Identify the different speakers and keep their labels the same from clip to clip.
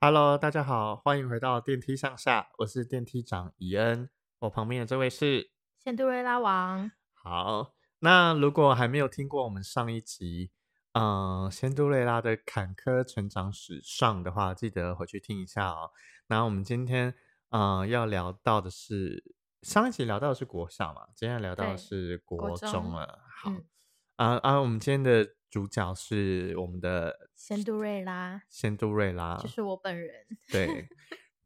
Speaker 1: Hello，大家好，欢迎回到电梯上下，我是电梯长怡恩，我旁边的这位是
Speaker 2: 仙杜瑞拉王，
Speaker 1: 好。那如果还没有听过我们上一集，嗯、呃，仙杜瑞拉的坎坷成长史上的话，记得回去听一下哦。那我们今天，嗯、呃，要聊到的是上一集聊到的是国小嘛，今天聊到的
Speaker 2: 对
Speaker 1: 是国
Speaker 2: 国
Speaker 1: 中
Speaker 2: 中
Speaker 1: 了。好，
Speaker 2: 嗯
Speaker 1: 啊啊，我们今天的主角是我们的
Speaker 2: 仙杜瑞拉
Speaker 1: 仙杜瑞拉，
Speaker 2: 就是我本人，
Speaker 1: 对，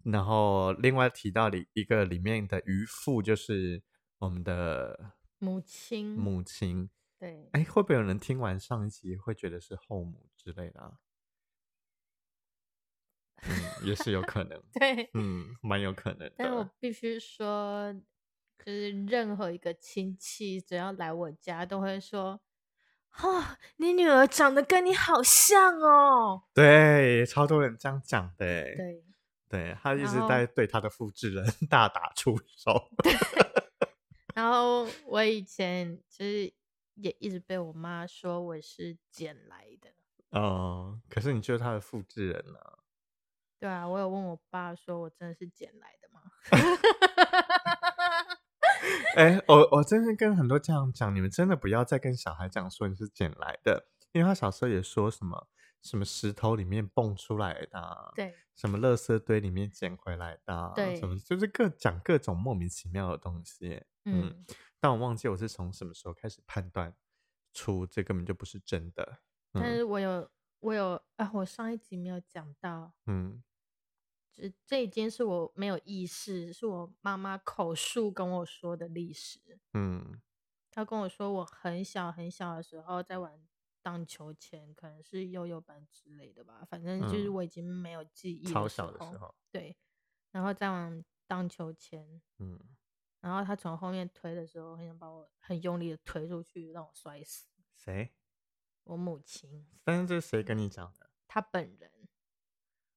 Speaker 1: 然后另外提到里一个里面的渔父，就是我们的
Speaker 2: 母亲，
Speaker 1: 母亲。
Speaker 2: 对，。
Speaker 1: 哎，会不会有人听完上一集会觉得是后母之类的、啊？嗯，也是有可能
Speaker 2: 对，
Speaker 1: 嗯，蛮有可能
Speaker 2: 但是我
Speaker 1: 的。
Speaker 2: 必须说，就是任何一个亲戚只要来我家，都会说。哦，你女儿长得跟你好像哦。
Speaker 1: 对，超多人这样讲的欸。
Speaker 2: 对，
Speaker 1: 对，他一
Speaker 2: 然
Speaker 1: 直
Speaker 2: 后
Speaker 1: 在对他的复制人 大打出手。
Speaker 2: 然后我以前就是也一直被我妈说我是捡来的。
Speaker 1: 哦，可是你就是他的复制人呢、
Speaker 2: 对啊，我有问我爸说，我真的是捡来的吗？
Speaker 1: 哎、我我真的跟很多家长讲，你们真的不要再跟小孩讲说你是捡来的，因为他小时候也说什么什么石头里面蹦出来的啊、
Speaker 2: 对，
Speaker 1: 什么垃圾堆里面捡回来的啊、
Speaker 2: 对
Speaker 1: 什么就是各讲各种莫名其妙的东西。嗯
Speaker 2: 嗯
Speaker 1: 但我忘记我是从什么时候开始判断出这根本就不是真的。
Speaker 2: 但
Speaker 1: 嗯
Speaker 2: 是我有我有啊，我上一集没有讲到，
Speaker 1: 嗯，
Speaker 2: 这这已经是我没有意识，是我妈妈口述跟我说的历史。
Speaker 1: 嗯
Speaker 2: 她跟我说，我很小很小的时候在玩荡秋千，可能是幼幼班之类的吧，反正就是
Speaker 1: 嗯
Speaker 2: 我已经没有记忆、
Speaker 1: 超小的时，候，
Speaker 2: 对，然后再玩荡秋千。
Speaker 1: 嗯，
Speaker 2: 然后她从后面推的时候，很想把我很用力的推出去，让我摔死。
Speaker 1: 谁？
Speaker 2: 我母亲，
Speaker 1: 但是这是谁跟你讲的
Speaker 2: 她本人，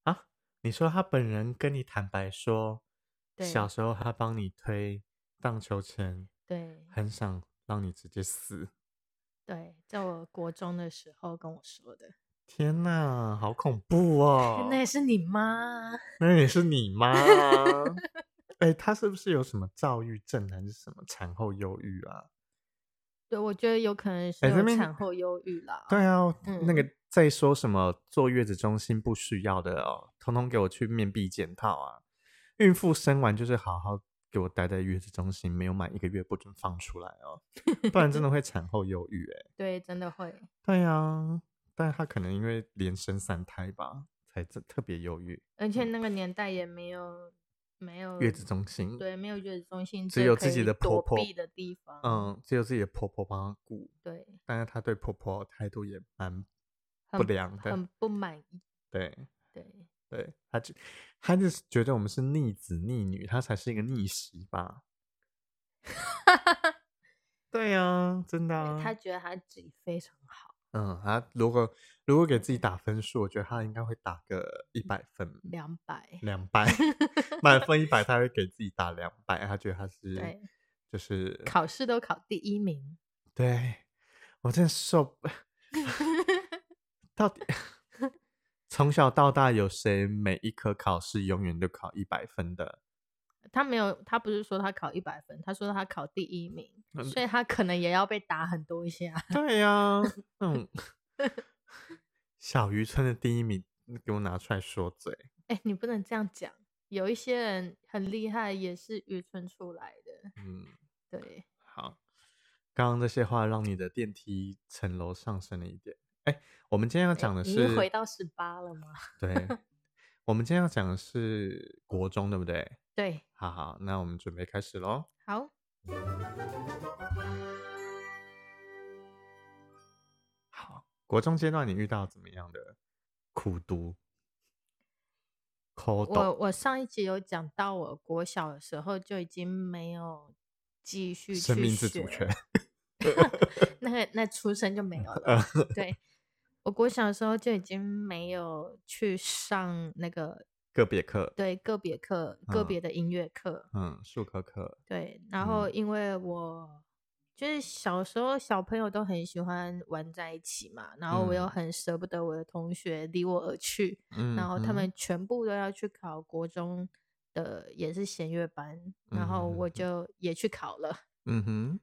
Speaker 1: 啊？你说他本人跟你坦白说，
Speaker 2: 对
Speaker 1: 小时候他帮你推荡秋千，
Speaker 2: 对，
Speaker 1: 很想让你直接死。
Speaker 2: 对，在我国中的时候跟我说的。
Speaker 1: 天哪，好恐怖哦！
Speaker 2: 那也是你妈？
Speaker 1: 那也是 你妈、哎、他是不是有什么躁郁症还是什么产后忧郁啊？
Speaker 2: 对，我觉得有可能是
Speaker 1: 哎这
Speaker 2: 有
Speaker 1: 边
Speaker 2: 产后忧郁啦。
Speaker 1: 对啊，那
Speaker 2: 嗯
Speaker 1: 个在说什么坐月子中心不需要的哦，通通给我去面壁检讨啊！孕妇生完就是好好给我待在月子中心，没有满一个月不准放出来 哦，不然真的会产后忧郁哎、
Speaker 2: 对，真的会。
Speaker 1: 对啊，但他可能因为连生三胎吧，才这特别忧郁。
Speaker 2: 而且那个年代也没有没
Speaker 1: 嗯
Speaker 2: 有
Speaker 1: 月子中心，，
Speaker 2: 对，没有月子中心，
Speaker 1: 只
Speaker 2: 这
Speaker 1: 有
Speaker 2: 可
Speaker 1: 自己
Speaker 2: 以
Speaker 1: 的婆
Speaker 2: 躲
Speaker 1: 婆
Speaker 2: 避的地方。，
Speaker 1: 嗯，只有自己的婆婆帮她顾，
Speaker 2: 对，
Speaker 1: 但是她对婆婆态度也蛮不
Speaker 2: 很
Speaker 1: 良的
Speaker 2: 很，不满意。
Speaker 1: 对
Speaker 2: 对，
Speaker 1: 对，她就她就是觉得我们是逆子逆女，她才是一个逆袭吧。对啊，真的、啊，
Speaker 2: 他觉得他自己非常好，
Speaker 1: 嗯，她如果如果给自己打分数，我觉得她应该会打个一百分，
Speaker 2: 两百。
Speaker 1: 两百 满分一百，她会给自己打两百，她觉得她是
Speaker 2: 对，
Speaker 1: 就是
Speaker 2: 考试都考第一名。
Speaker 1: 对我真的受 不到底 从小到大有谁每一科考试永远都考一百分的？
Speaker 2: 他没有，他不是说他考一百分，他说他考第一名，
Speaker 1: 嗯
Speaker 2: 所以他可能也要被打很多一下。
Speaker 1: 对呀、那种小渔村的第一名给我拿出来说嘴。
Speaker 2: 哎、你不能这样讲。有一些人很厉害，也是渔村出来的。
Speaker 1: 嗯，
Speaker 2: 对，
Speaker 1: 好，刚刚这些话让你的电梯层楼上升了一点。哎，我们今天要讲的
Speaker 2: 你已经
Speaker 1: 是
Speaker 2: 回到十八了吗？
Speaker 1: 对，我们今天要讲的是国中，对不对？
Speaker 2: 对，
Speaker 1: 好好，那我们准备开始喽。
Speaker 2: 好，
Speaker 1: 好，国中阶段你遇到怎么样的苦读？苦
Speaker 2: 我
Speaker 1: 读，
Speaker 2: 我上一集有讲到，我国小的时候就已经没有继续去
Speaker 1: 生命自主
Speaker 2: 学
Speaker 1: 权，
Speaker 2: 那个那出生就没有
Speaker 1: 呃
Speaker 2: 了。对，我国小的时候就已经没有去上那个
Speaker 1: 个别课，
Speaker 2: 对个别课、个
Speaker 1: 嗯
Speaker 2: 别的音乐课。
Speaker 1: 嗯，数科课，
Speaker 2: 对，然后
Speaker 1: 嗯
Speaker 2: 因为我就是小时候小朋友都很喜欢玩在一起嘛，然后我又
Speaker 1: 嗯
Speaker 2: 很舍不得我的同学离我而去，
Speaker 1: 嗯，
Speaker 2: 然后他
Speaker 1: 嗯
Speaker 2: 们全部都要去考国中的也是弦乐班，然后我
Speaker 1: 嗯
Speaker 2: 就也去考了，
Speaker 1: 嗯哼，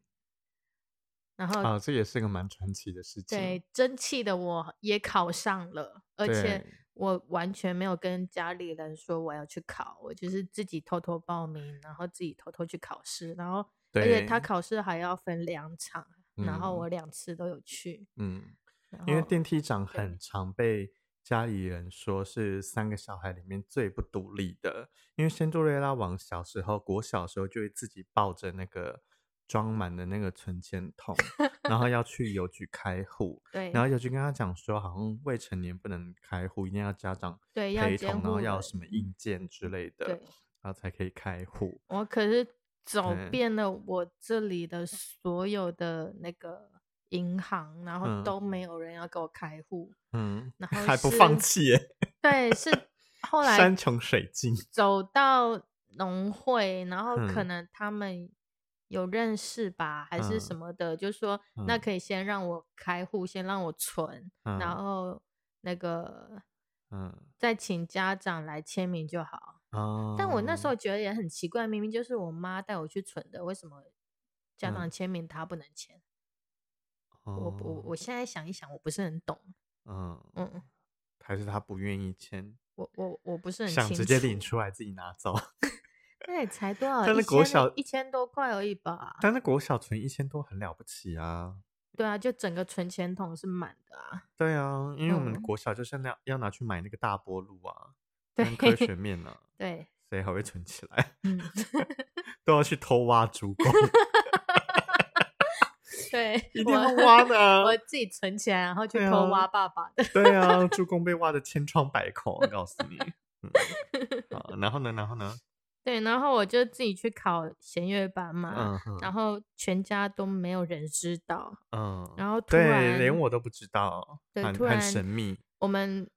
Speaker 2: 然后
Speaker 1: 啊，这也是个蛮传奇的事情。
Speaker 2: 对，争气的我也考上了，而且
Speaker 1: 对
Speaker 2: 我完全没有跟家里人说我要去考，我就是自己偷偷报名，然后自己偷偷去考试，然后而且他
Speaker 1: 对
Speaker 2: 考试还要分两场，然后
Speaker 1: 嗯
Speaker 2: 我两次都有去，
Speaker 1: 嗯，
Speaker 2: 然
Speaker 1: 因为
Speaker 2: 后
Speaker 1: 电梯长
Speaker 2: 对
Speaker 1: 很常被家里人说是三个小孩里面最不独立的，因为仙杜瑞拉王小时候国小的时候就会自己抱着那个装满的那个存钱筒，然后要去邮局开户，
Speaker 2: 对，
Speaker 1: 然后邮局跟他讲说好像未成年不能开户，一定要家长
Speaker 2: 对要
Speaker 1: 陪
Speaker 2: 监
Speaker 1: 同，然后
Speaker 2: 护
Speaker 1: 要
Speaker 2: 人嗯
Speaker 1: 什么印鉴之类的，
Speaker 2: 对
Speaker 1: 然后才可以开户。
Speaker 2: 我可是走
Speaker 1: 对
Speaker 2: 遍了我这里的所有的那个银行，然后
Speaker 1: 嗯
Speaker 2: 都没有人要给我开户，
Speaker 1: 嗯，
Speaker 2: 然后
Speaker 1: 还不
Speaker 2: 是
Speaker 1: 放弃耶，
Speaker 2: 对，是后来
Speaker 1: 山穷水 尽。
Speaker 2: 走到农会，然后可
Speaker 1: 嗯
Speaker 2: 能他们有认识吧，还是什
Speaker 1: 嗯
Speaker 2: 么的，就说那
Speaker 1: 嗯
Speaker 2: 可以先让我开户，先让我存，
Speaker 1: 嗯
Speaker 2: 然后那个
Speaker 1: 嗯
Speaker 2: 再请家长来签名就好。
Speaker 1: 哦，
Speaker 2: 但我那时候觉得也很奇怪，明明就是我妈带我去存的，为什么家
Speaker 1: 嗯
Speaker 2: 长签名她不能签？我
Speaker 1: 哦，
Speaker 2: 我我现在想一想，我不是很懂，
Speaker 1: 嗯，
Speaker 2: 嗯，
Speaker 1: 还是他不愿意签，
Speaker 2: 我我我不是很
Speaker 1: 想
Speaker 2: 清
Speaker 1: 直接
Speaker 2: 楚啊
Speaker 1: 领出来自己拿走。
Speaker 2: 那也才多少？
Speaker 1: 但
Speaker 2: 一
Speaker 1: 是国
Speaker 2: 千
Speaker 1: 小
Speaker 2: 一千多块而已 吧。
Speaker 1: 但是国小存一千多很了不起啊，
Speaker 2: 对啊，就整个存钱筒是满的啊。
Speaker 1: 对啊，因为我们
Speaker 2: 嗯
Speaker 1: 国小就是那要拿去买那个大波路啊，跟科学
Speaker 2: 对
Speaker 1: 面啊，
Speaker 2: 对，
Speaker 1: 谁还会存起来？
Speaker 2: 嗯，
Speaker 1: 都要去偷挖竹沟，
Speaker 2: 对，
Speaker 1: 一定要
Speaker 2: 我
Speaker 1: 挖的
Speaker 2: 我
Speaker 1: 啊。
Speaker 2: 自己存起来，然后去
Speaker 1: 对
Speaker 2: 偷
Speaker 1: 啊
Speaker 2: 挖爸爸的。
Speaker 1: 对啊，助攻被挖的千疮百孔，我告诉你。 嗯好然后呢？然后呢？
Speaker 2: 对，然后我就自己去考弦乐班嘛，
Speaker 1: 嗯哼
Speaker 2: 然后全家都没有人知道，
Speaker 1: 嗯，
Speaker 2: 然后突
Speaker 1: 对，连
Speaker 2: 然
Speaker 1: 我都不知道，
Speaker 2: 对
Speaker 1: 很
Speaker 2: 突
Speaker 1: 很
Speaker 2: 然
Speaker 1: 神秘。
Speaker 2: 我们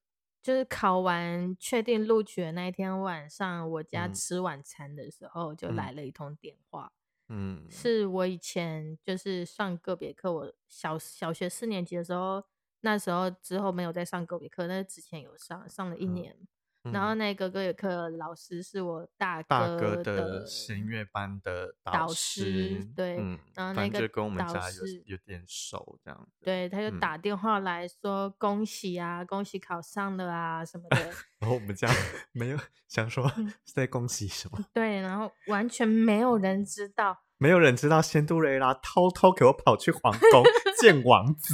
Speaker 2: 就是考完确定录取的那一天晚上，我家
Speaker 1: 嗯
Speaker 2: 吃晚餐的时候就
Speaker 1: 嗯
Speaker 2: 来了一通电话，
Speaker 1: 嗯，
Speaker 2: 是我以前就是上个别课，我小小学四年级的时候，那时候之后没有再上个别课，但是之前有上，上了一
Speaker 1: 嗯
Speaker 2: 年。
Speaker 1: 嗯
Speaker 2: 然后那个个别课老师是我大
Speaker 1: 大哥
Speaker 2: 哥
Speaker 1: 的弦乐班的
Speaker 2: 导
Speaker 1: 师
Speaker 2: 师，对
Speaker 1: 嗯，
Speaker 2: 然后
Speaker 1: 反
Speaker 2: 那
Speaker 1: 正就
Speaker 2: 个
Speaker 1: 跟我们
Speaker 2: 导
Speaker 1: 家有
Speaker 2: 师
Speaker 1: 有点熟这样子。
Speaker 2: 对，他就
Speaker 1: 嗯
Speaker 2: 打电话来说恭喜啊，恭喜考上了啊什么 的，
Speaker 1: 然后我们 家没有想说
Speaker 2: 嗯
Speaker 1: 是在恭喜什么，
Speaker 2: 对，然后完全没有人知道，
Speaker 1: 没有人知道仙杜瑞拉偷偷给我跑去皇 宫见王子。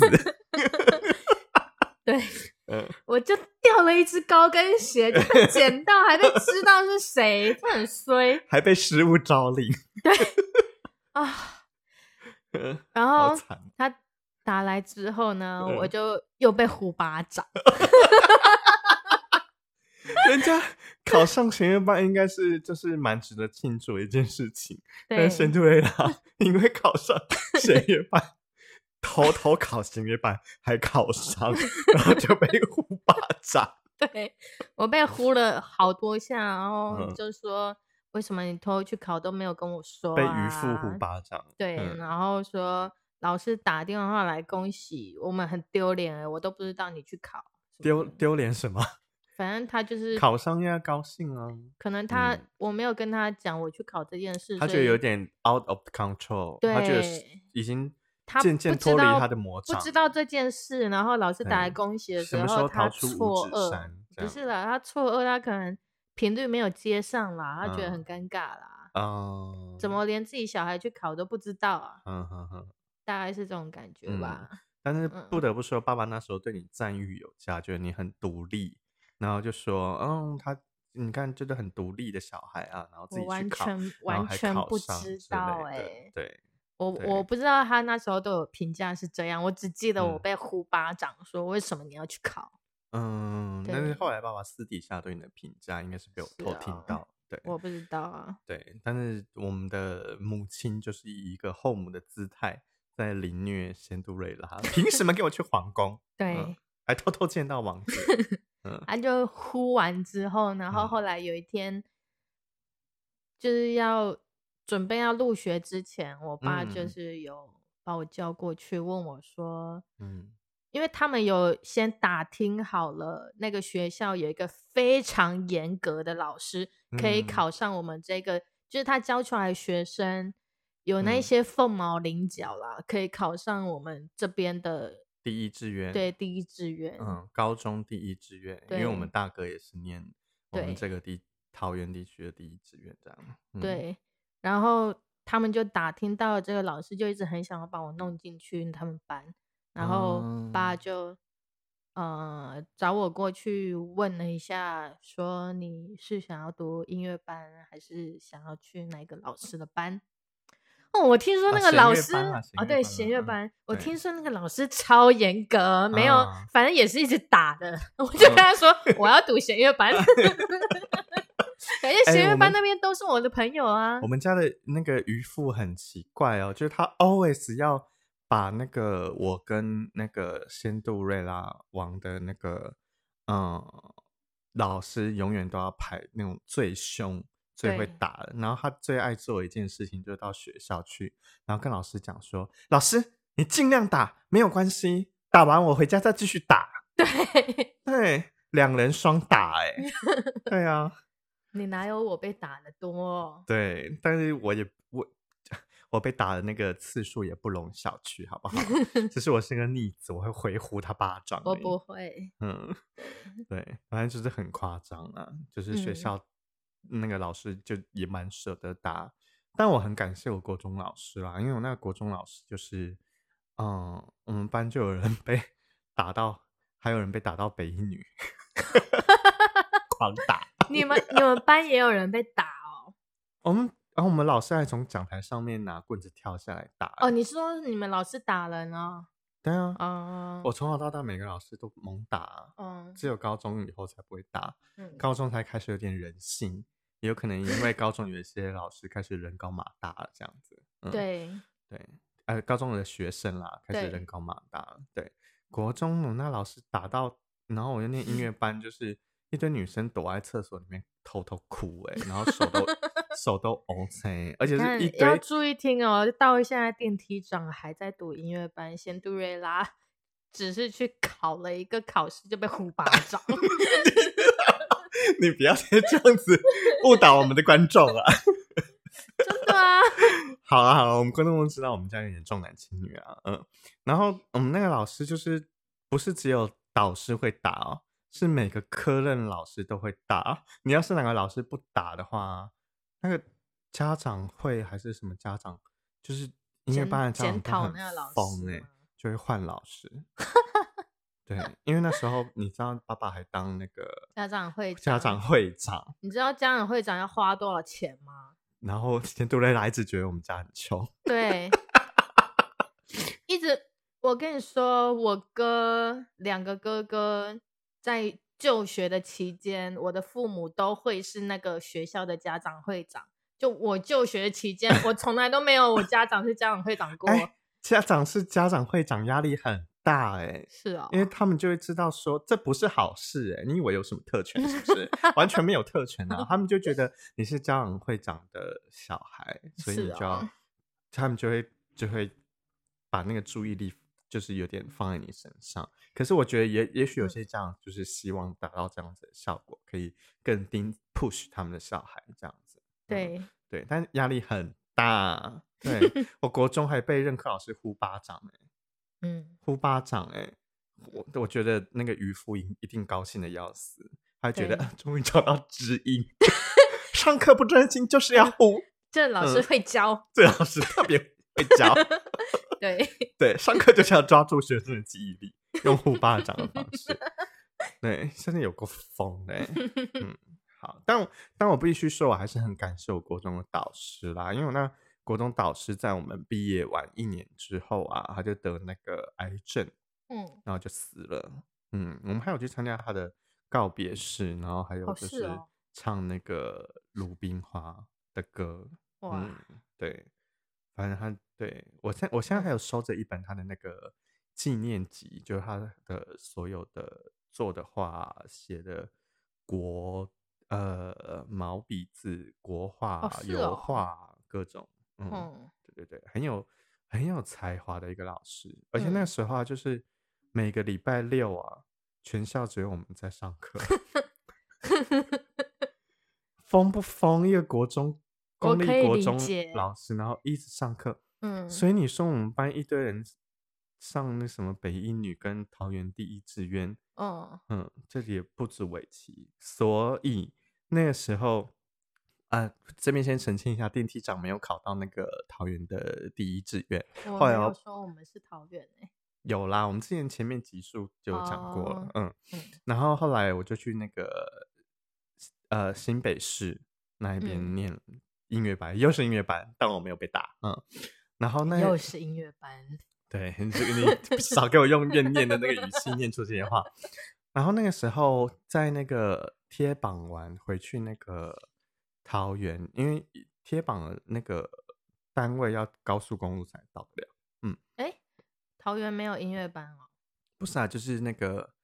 Speaker 2: 对
Speaker 1: 嗯，
Speaker 2: 我就掉了一只高跟鞋，就被捡到，还被知道是谁，他很衰
Speaker 1: 还被失物招领，
Speaker 2: 啊。
Speaker 1: 嗯
Speaker 2: 然
Speaker 1: 好
Speaker 2: 后
Speaker 1: 惨。
Speaker 2: 他打来之后呢，我
Speaker 1: 嗯
Speaker 2: 就又被虎巴掌。
Speaker 1: 人家考上弦乐班应该是就是蛮值得庆祝的一件事情，
Speaker 2: 对
Speaker 1: 但仙杜瑞拉 因为考 上弦乐班，偷偷考弦乐班还考 上，然后就被呼巴掌。
Speaker 2: 对，我被呼了好多下，然后
Speaker 1: 嗯
Speaker 2: 就说为什么你偷偷去考都没有跟我说、啊，
Speaker 1: 被渔夫呼。巴掌，
Speaker 2: 对，
Speaker 1: 嗯
Speaker 2: 然后说老师打电话来恭喜我们很丢脸哎，我都不知道你去考什么
Speaker 1: 丢
Speaker 2: 的，
Speaker 1: 丢脸什么？
Speaker 2: 反正他就是
Speaker 1: 考上要高兴啊！
Speaker 2: 可能他、
Speaker 1: 嗯
Speaker 2: 我没有跟他讲我去考这件事，
Speaker 1: 他
Speaker 2: 所
Speaker 1: 觉得有
Speaker 2: 以
Speaker 1: 点 out of control，他觉得是
Speaker 2: 对
Speaker 1: 已经
Speaker 2: 他
Speaker 1: 渐
Speaker 2: 不
Speaker 1: 渐
Speaker 2: 知
Speaker 1: 脱离
Speaker 2: 道
Speaker 1: 他的魔
Speaker 2: 不
Speaker 1: 掌，
Speaker 2: 知道这件事，然后老师打来
Speaker 1: 对
Speaker 2: 恭喜的
Speaker 1: 什
Speaker 2: 时
Speaker 1: 么时
Speaker 2: 候，
Speaker 1: 候逃
Speaker 2: 他
Speaker 1: 出五
Speaker 2: 错
Speaker 1: 指
Speaker 2: 愕
Speaker 1: 山，这
Speaker 2: 不
Speaker 1: 样
Speaker 2: 是啦，他错愕，他可能频率没有接上啦，他觉得
Speaker 1: 嗯
Speaker 2: 很尴尬啦，
Speaker 1: 啊，
Speaker 2: 怎？么连自己小孩去考都不知道啊？
Speaker 1: 嗯哼哼。
Speaker 2: 大概是这种感觉
Speaker 1: 嗯
Speaker 2: 吧。
Speaker 1: 但是
Speaker 2: 嗯
Speaker 1: 不得不说，爸爸那时候对你赞誉有加，觉得你很独立，然后就说，嗯，他你看就是很独立的小孩啊，然后自己
Speaker 2: 我
Speaker 1: 去
Speaker 2: 完
Speaker 1: 考，
Speaker 2: 全
Speaker 1: 然后
Speaker 2: 完
Speaker 1: 还
Speaker 2: 全
Speaker 1: 考
Speaker 2: 不
Speaker 1: 上
Speaker 2: 知
Speaker 1: 之类
Speaker 2: 道
Speaker 1: 的
Speaker 2: 欸
Speaker 1: 对，
Speaker 2: 我
Speaker 1: 对
Speaker 2: 我不知道他那时候对我评价是这样，我只记得我
Speaker 1: 嗯
Speaker 2: 被呼巴掌说为什么你要去考，
Speaker 1: 嗯，但是
Speaker 2: 对
Speaker 1: 后来爸爸私底下对你的评价应该是被我
Speaker 2: 是
Speaker 1: 偷听
Speaker 2: 啊
Speaker 1: 到，对
Speaker 2: 我不知道啊。
Speaker 1: 对，但是我们的母亲就是以一个后母的姿态在凌虐仙杜瑞拉，凭什么给我去皇宫，
Speaker 2: 对，
Speaker 1: 还偷偷见到王子？ 嗯
Speaker 2: 他啊就呼完之后，然后
Speaker 1: 嗯
Speaker 2: 后来有一天，就是要准备要入学之前，我爸就
Speaker 1: 嗯
Speaker 2: 是有把我叫过去，问我说，
Speaker 1: 嗯，
Speaker 2: 因为他们有先打听好了，那个学校有一个非常严格的老师，可以
Speaker 1: 嗯
Speaker 2: 考上我们这个，就是他教出来的学生有那一
Speaker 1: 嗯
Speaker 2: 些凤毛麟角啦，可以考上我们这边的
Speaker 1: 第一志愿，
Speaker 2: 对，第一志愿。
Speaker 1: 嗯，高中第一志愿，因为我们
Speaker 2: 对
Speaker 1: 大哥也是念我们
Speaker 2: 对
Speaker 1: 这个地桃园地区的第一志愿，这样，嗯，
Speaker 2: 对，啊然后他们就打听到这个老师就一直很想要把我弄进去他们班，然后爸
Speaker 1: 哦
Speaker 2: 就、呃找我过去问了一下，说你是想要读音乐班还是想要去哪个老师的班？哦，我听说
Speaker 1: 啊
Speaker 2: 那个
Speaker 1: 弦
Speaker 2: 老
Speaker 1: 乐
Speaker 2: 师
Speaker 1: 班啊
Speaker 2: 啊
Speaker 1: 弦乐
Speaker 2: 对，
Speaker 1: 班
Speaker 2: 弦
Speaker 1: 啊
Speaker 2: 乐
Speaker 1: 嗯
Speaker 2: 班，我
Speaker 1: 对
Speaker 2: 听说那个老师超严格，没有，
Speaker 1: 啊哦
Speaker 2: 反正也是一直打的。 我就跟他说，我要读弦乐 班， 感觉
Speaker 1: 哎
Speaker 2: 弦乐
Speaker 1: 我
Speaker 2: 班
Speaker 1: 们
Speaker 2: 那边都是我的朋友啊
Speaker 1: 我。们家的那个渔父很奇怪哦，就是他 always 要把那个我跟那个仙杜瑞拉王的那个嗯老师永远都要排那种最凶、最会
Speaker 2: 对
Speaker 1: 打的。然后他最爱做一件事情，就是到学校去，然后跟老师讲说：“老师，你尽量打，没有关系，打完我回家再继续打。
Speaker 2: 对，”
Speaker 1: 对，两人双打、欸，哎，对啊。
Speaker 2: 你哪有我被打的多？哦
Speaker 1: 对，但是我也我 我被打的那个次数也不容小觑，好不好？只是我是个逆子，我会回呼他巴掌。
Speaker 2: 我不，会。
Speaker 1: 嗯，对，反正就是很夸张啊，就是学
Speaker 2: 嗯
Speaker 1: 校那个老师就也蛮舍得打，但我很感谢我国中老师啦，因为我那个国中老师就是，嗯，我们班就有人被打到，还有人被打到北一女，狂打。
Speaker 2: 你们你们班也有人被打哦？
Speaker 1: 我们，嗯然后我们老师还从讲台上面拿棍子跳下来打。欸
Speaker 2: 哦，，你是说你们老师打人哦？
Speaker 1: 对啊，
Speaker 2: 哦，
Speaker 1: 我从小到大每个老师都猛打啊，
Speaker 2: 嗯
Speaker 1: 只有高中以后才不会打，
Speaker 2: 嗯，
Speaker 1: 高中才开始有点人性，也有可能因为高中有一些老师开始人高马大了这样子。嗯、
Speaker 2: 对，
Speaker 1: 对，呃，高中的学生啦，开始
Speaker 2: 对
Speaker 1: 人高马大了。对，国中我那老师打到，然后我就念 音乐班，就是一堆女生躲在厕所里面偷偷哭、欸，然后手 都手都 OK，而且
Speaker 2: 看
Speaker 1: 是一
Speaker 2: 要
Speaker 1: 堆
Speaker 2: 注意听哦。到现在电梯长还在读音乐班，仙杜瑞拉只是去考了一个考试就被呼巴掌。
Speaker 1: 你不要再这样子误导我们的观众啊！
Speaker 2: 对啊，
Speaker 1: 好啊，好啊，我们观众都知道我们家有点重男轻女啊，嗯，然后我们那个老师就是不是只有导师会打哦，是每个科任老师都会打。哦你要是哪个老师不打的话，那个家长会还是什么家长，就是音乐
Speaker 2: 检
Speaker 1: 班的家长
Speaker 2: 检
Speaker 1: 都
Speaker 2: 讨
Speaker 1: 很
Speaker 2: 那个老
Speaker 1: 疯
Speaker 2: 师
Speaker 1: 哎、
Speaker 2: 吗
Speaker 1: 就会换老 师。对，因为那时候你知道，爸爸还当那个
Speaker 2: 家长会
Speaker 1: 家长会长，
Speaker 2: 你知道家长会长要花多少钱吗？
Speaker 1: 然后仙杜瑞拉一直觉得我们家很穷。
Speaker 2: 对，一直我跟你说，我哥两个哥哥在就学的期间，我的父母都会是那个学校的家长会长。就我就学期间，我从来都没有我家长是家长会长过。
Speaker 1: 哎家长是家长会长，压力很大哎、
Speaker 2: 是哦，
Speaker 1: 因为他们就会知道说这不是好事哎、你以为有什么特权是不是？完全没有特权 啊！他们就觉得你是家长会长的小孩，所以
Speaker 2: 是
Speaker 1: 你就要，
Speaker 2: 哦
Speaker 1: 他们就会就会把那个注意力就是有点放在你身上。可是我觉得也也
Speaker 2: 嗯
Speaker 1: 许有些家长就是希望达到这样子的效果，可以更盯 push 他们的小孩这样子。嗯
Speaker 2: 对，
Speaker 1: 对，但压力很大。对我国中还被任课老师呼巴掌、欸，
Speaker 2: 嗯，
Speaker 1: 呼巴掌、欸，我我觉得那个渔夫一一定高兴的要死，他觉得
Speaker 2: 对
Speaker 1: 啊终于找到知音， 上课不专心就是要呼，
Speaker 2: 这老师
Speaker 1: 嗯
Speaker 2: 会教，
Speaker 1: 这老师特别会教，
Speaker 2: 对，
Speaker 1: 对，上课就是要抓住学生的记忆力，用呼巴掌的方 式，对，真的有够疯的、欸，嗯，好，但我但我必须说，我还是很感谢我国中的导师啦，因为我那国中导师在我们毕业完一年之后啊，他就得那个癌症，
Speaker 2: 嗯，
Speaker 1: 然后就死了。嗯，我们还有去参加他的告别式，然后还有
Speaker 2: 哦
Speaker 1: 就是是
Speaker 2: 哦
Speaker 1: 唱那个鲁冰花的歌。
Speaker 2: 哇，
Speaker 1: 嗯，对，反正他对我现我现在还有收着一本他的那个纪念集，就是他的所有的做的画、写的国呃毛笔字、国画、
Speaker 2: 是
Speaker 1: 油
Speaker 2: 哦
Speaker 1: 画各种，嗯，
Speaker 2: 嗯，
Speaker 1: 对对对，很有很有才华的一个老师，而且
Speaker 2: 嗯
Speaker 1: 那时候啊，就是每个礼拜六啊，全校只有我们在上 课，
Speaker 2: 嗯
Speaker 1: 疯不疯？一个国中
Speaker 2: 我
Speaker 1: 公立
Speaker 2: 可以
Speaker 1: 国
Speaker 2: 理
Speaker 1: 中
Speaker 2: 解
Speaker 1: 老师，然后一直上课，
Speaker 2: 嗯，
Speaker 1: 所以你说我们班一堆人上那什么北一女跟桃园第一志愿，
Speaker 2: 哦，
Speaker 1: 嗯，这里也不止围棋，所以那个时候啊、这边先澄清一下，电梯长没有考到那个桃园的第一志愿，
Speaker 2: 我
Speaker 1: 后
Speaker 2: 没
Speaker 1: 来哦
Speaker 2: 有
Speaker 1: 我
Speaker 2: 说我们是桃园欸诶、
Speaker 1: 有啦，我们之前前面集数就有讲过了，
Speaker 2: 哦
Speaker 1: 嗯，
Speaker 2: 嗯
Speaker 1: 然后后来我就去那个呃新北市那一边
Speaker 2: 嗯
Speaker 1: 念音乐班，又是音乐班，但我没有被打，嗯，然后那
Speaker 2: 又是音乐班，
Speaker 1: 对， 你这个你少给我用怨念的那个语气念出这些话。然后那个时候在那个贴榜完回去那个桃园，因为贴榜的那个单位要高速公路才到得了。
Speaker 2: 哎、桃园没有音乐班哦，
Speaker 1: 不是啊，就是那个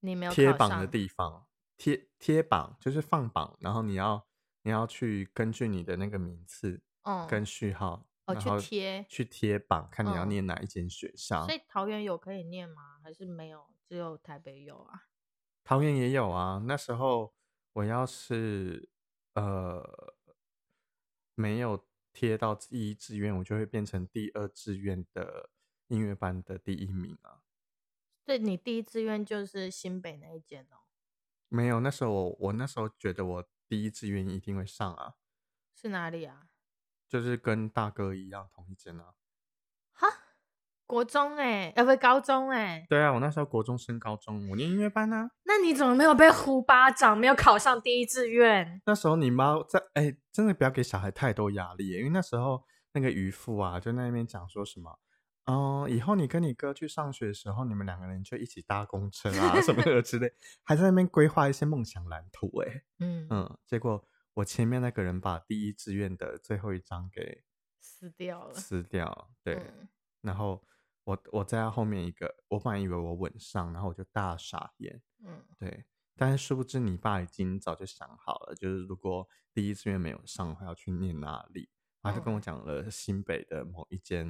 Speaker 2: 你没有
Speaker 1: 贴
Speaker 2: 考
Speaker 1: 榜的
Speaker 2: 上
Speaker 1: 地方，贴贴榜就是放榜，然后你要你要去根据你的那个名次
Speaker 2: 嗯，
Speaker 1: 跟序号，
Speaker 2: 哦
Speaker 1: 然
Speaker 2: 去
Speaker 1: 后
Speaker 2: 贴
Speaker 1: 去贴榜，看你要
Speaker 2: 嗯
Speaker 1: 念哪一间学校。
Speaker 2: 所以桃园有可以念吗？还是没有？只有台北有啊？
Speaker 1: 桃园也有啊。那时候我要是呃没有贴到第一志愿，我就会变成第二志愿的音乐班的第一名啊。
Speaker 2: 所以你第一志愿就是新北那一间哦，
Speaker 1: 没有，那时候我我那时候觉得我第一志愿一定会上啊，
Speaker 2: 是哪里啊？
Speaker 1: 就是跟大哥一样同一间啊。
Speaker 2: 哈，国中哎、呃，不，高中哎、
Speaker 1: 对啊，我那时候国中升高中，我念音乐班啊。
Speaker 2: 那你怎么没有被呼巴掌？没有考上第一志愿？
Speaker 1: 那时候你妈在哎、真的不要给小孩太多压力耶，因为那时候那个渔夫啊，就在那边讲说什么，嗯、以后你跟你哥去上学的时候，你们两个人就一起搭公车啊什么的之类，还在那边规划一些梦想蓝图哎，
Speaker 2: 嗯，
Speaker 1: 嗯，结果我前面那个人把第一志愿的最后一张给
Speaker 2: 死掉了。
Speaker 1: 撕掉，对，
Speaker 2: 嗯
Speaker 1: 然后我我在他后面一个，我本来以为我吻上，然后我就大傻眼，
Speaker 2: 嗯，
Speaker 1: 对，但是殊不知你爸已经早就想好了，就是如果第一志愿没有上的话，要去念哪里。他就跟我
Speaker 2: 嗯
Speaker 1: 讲了新北的某一间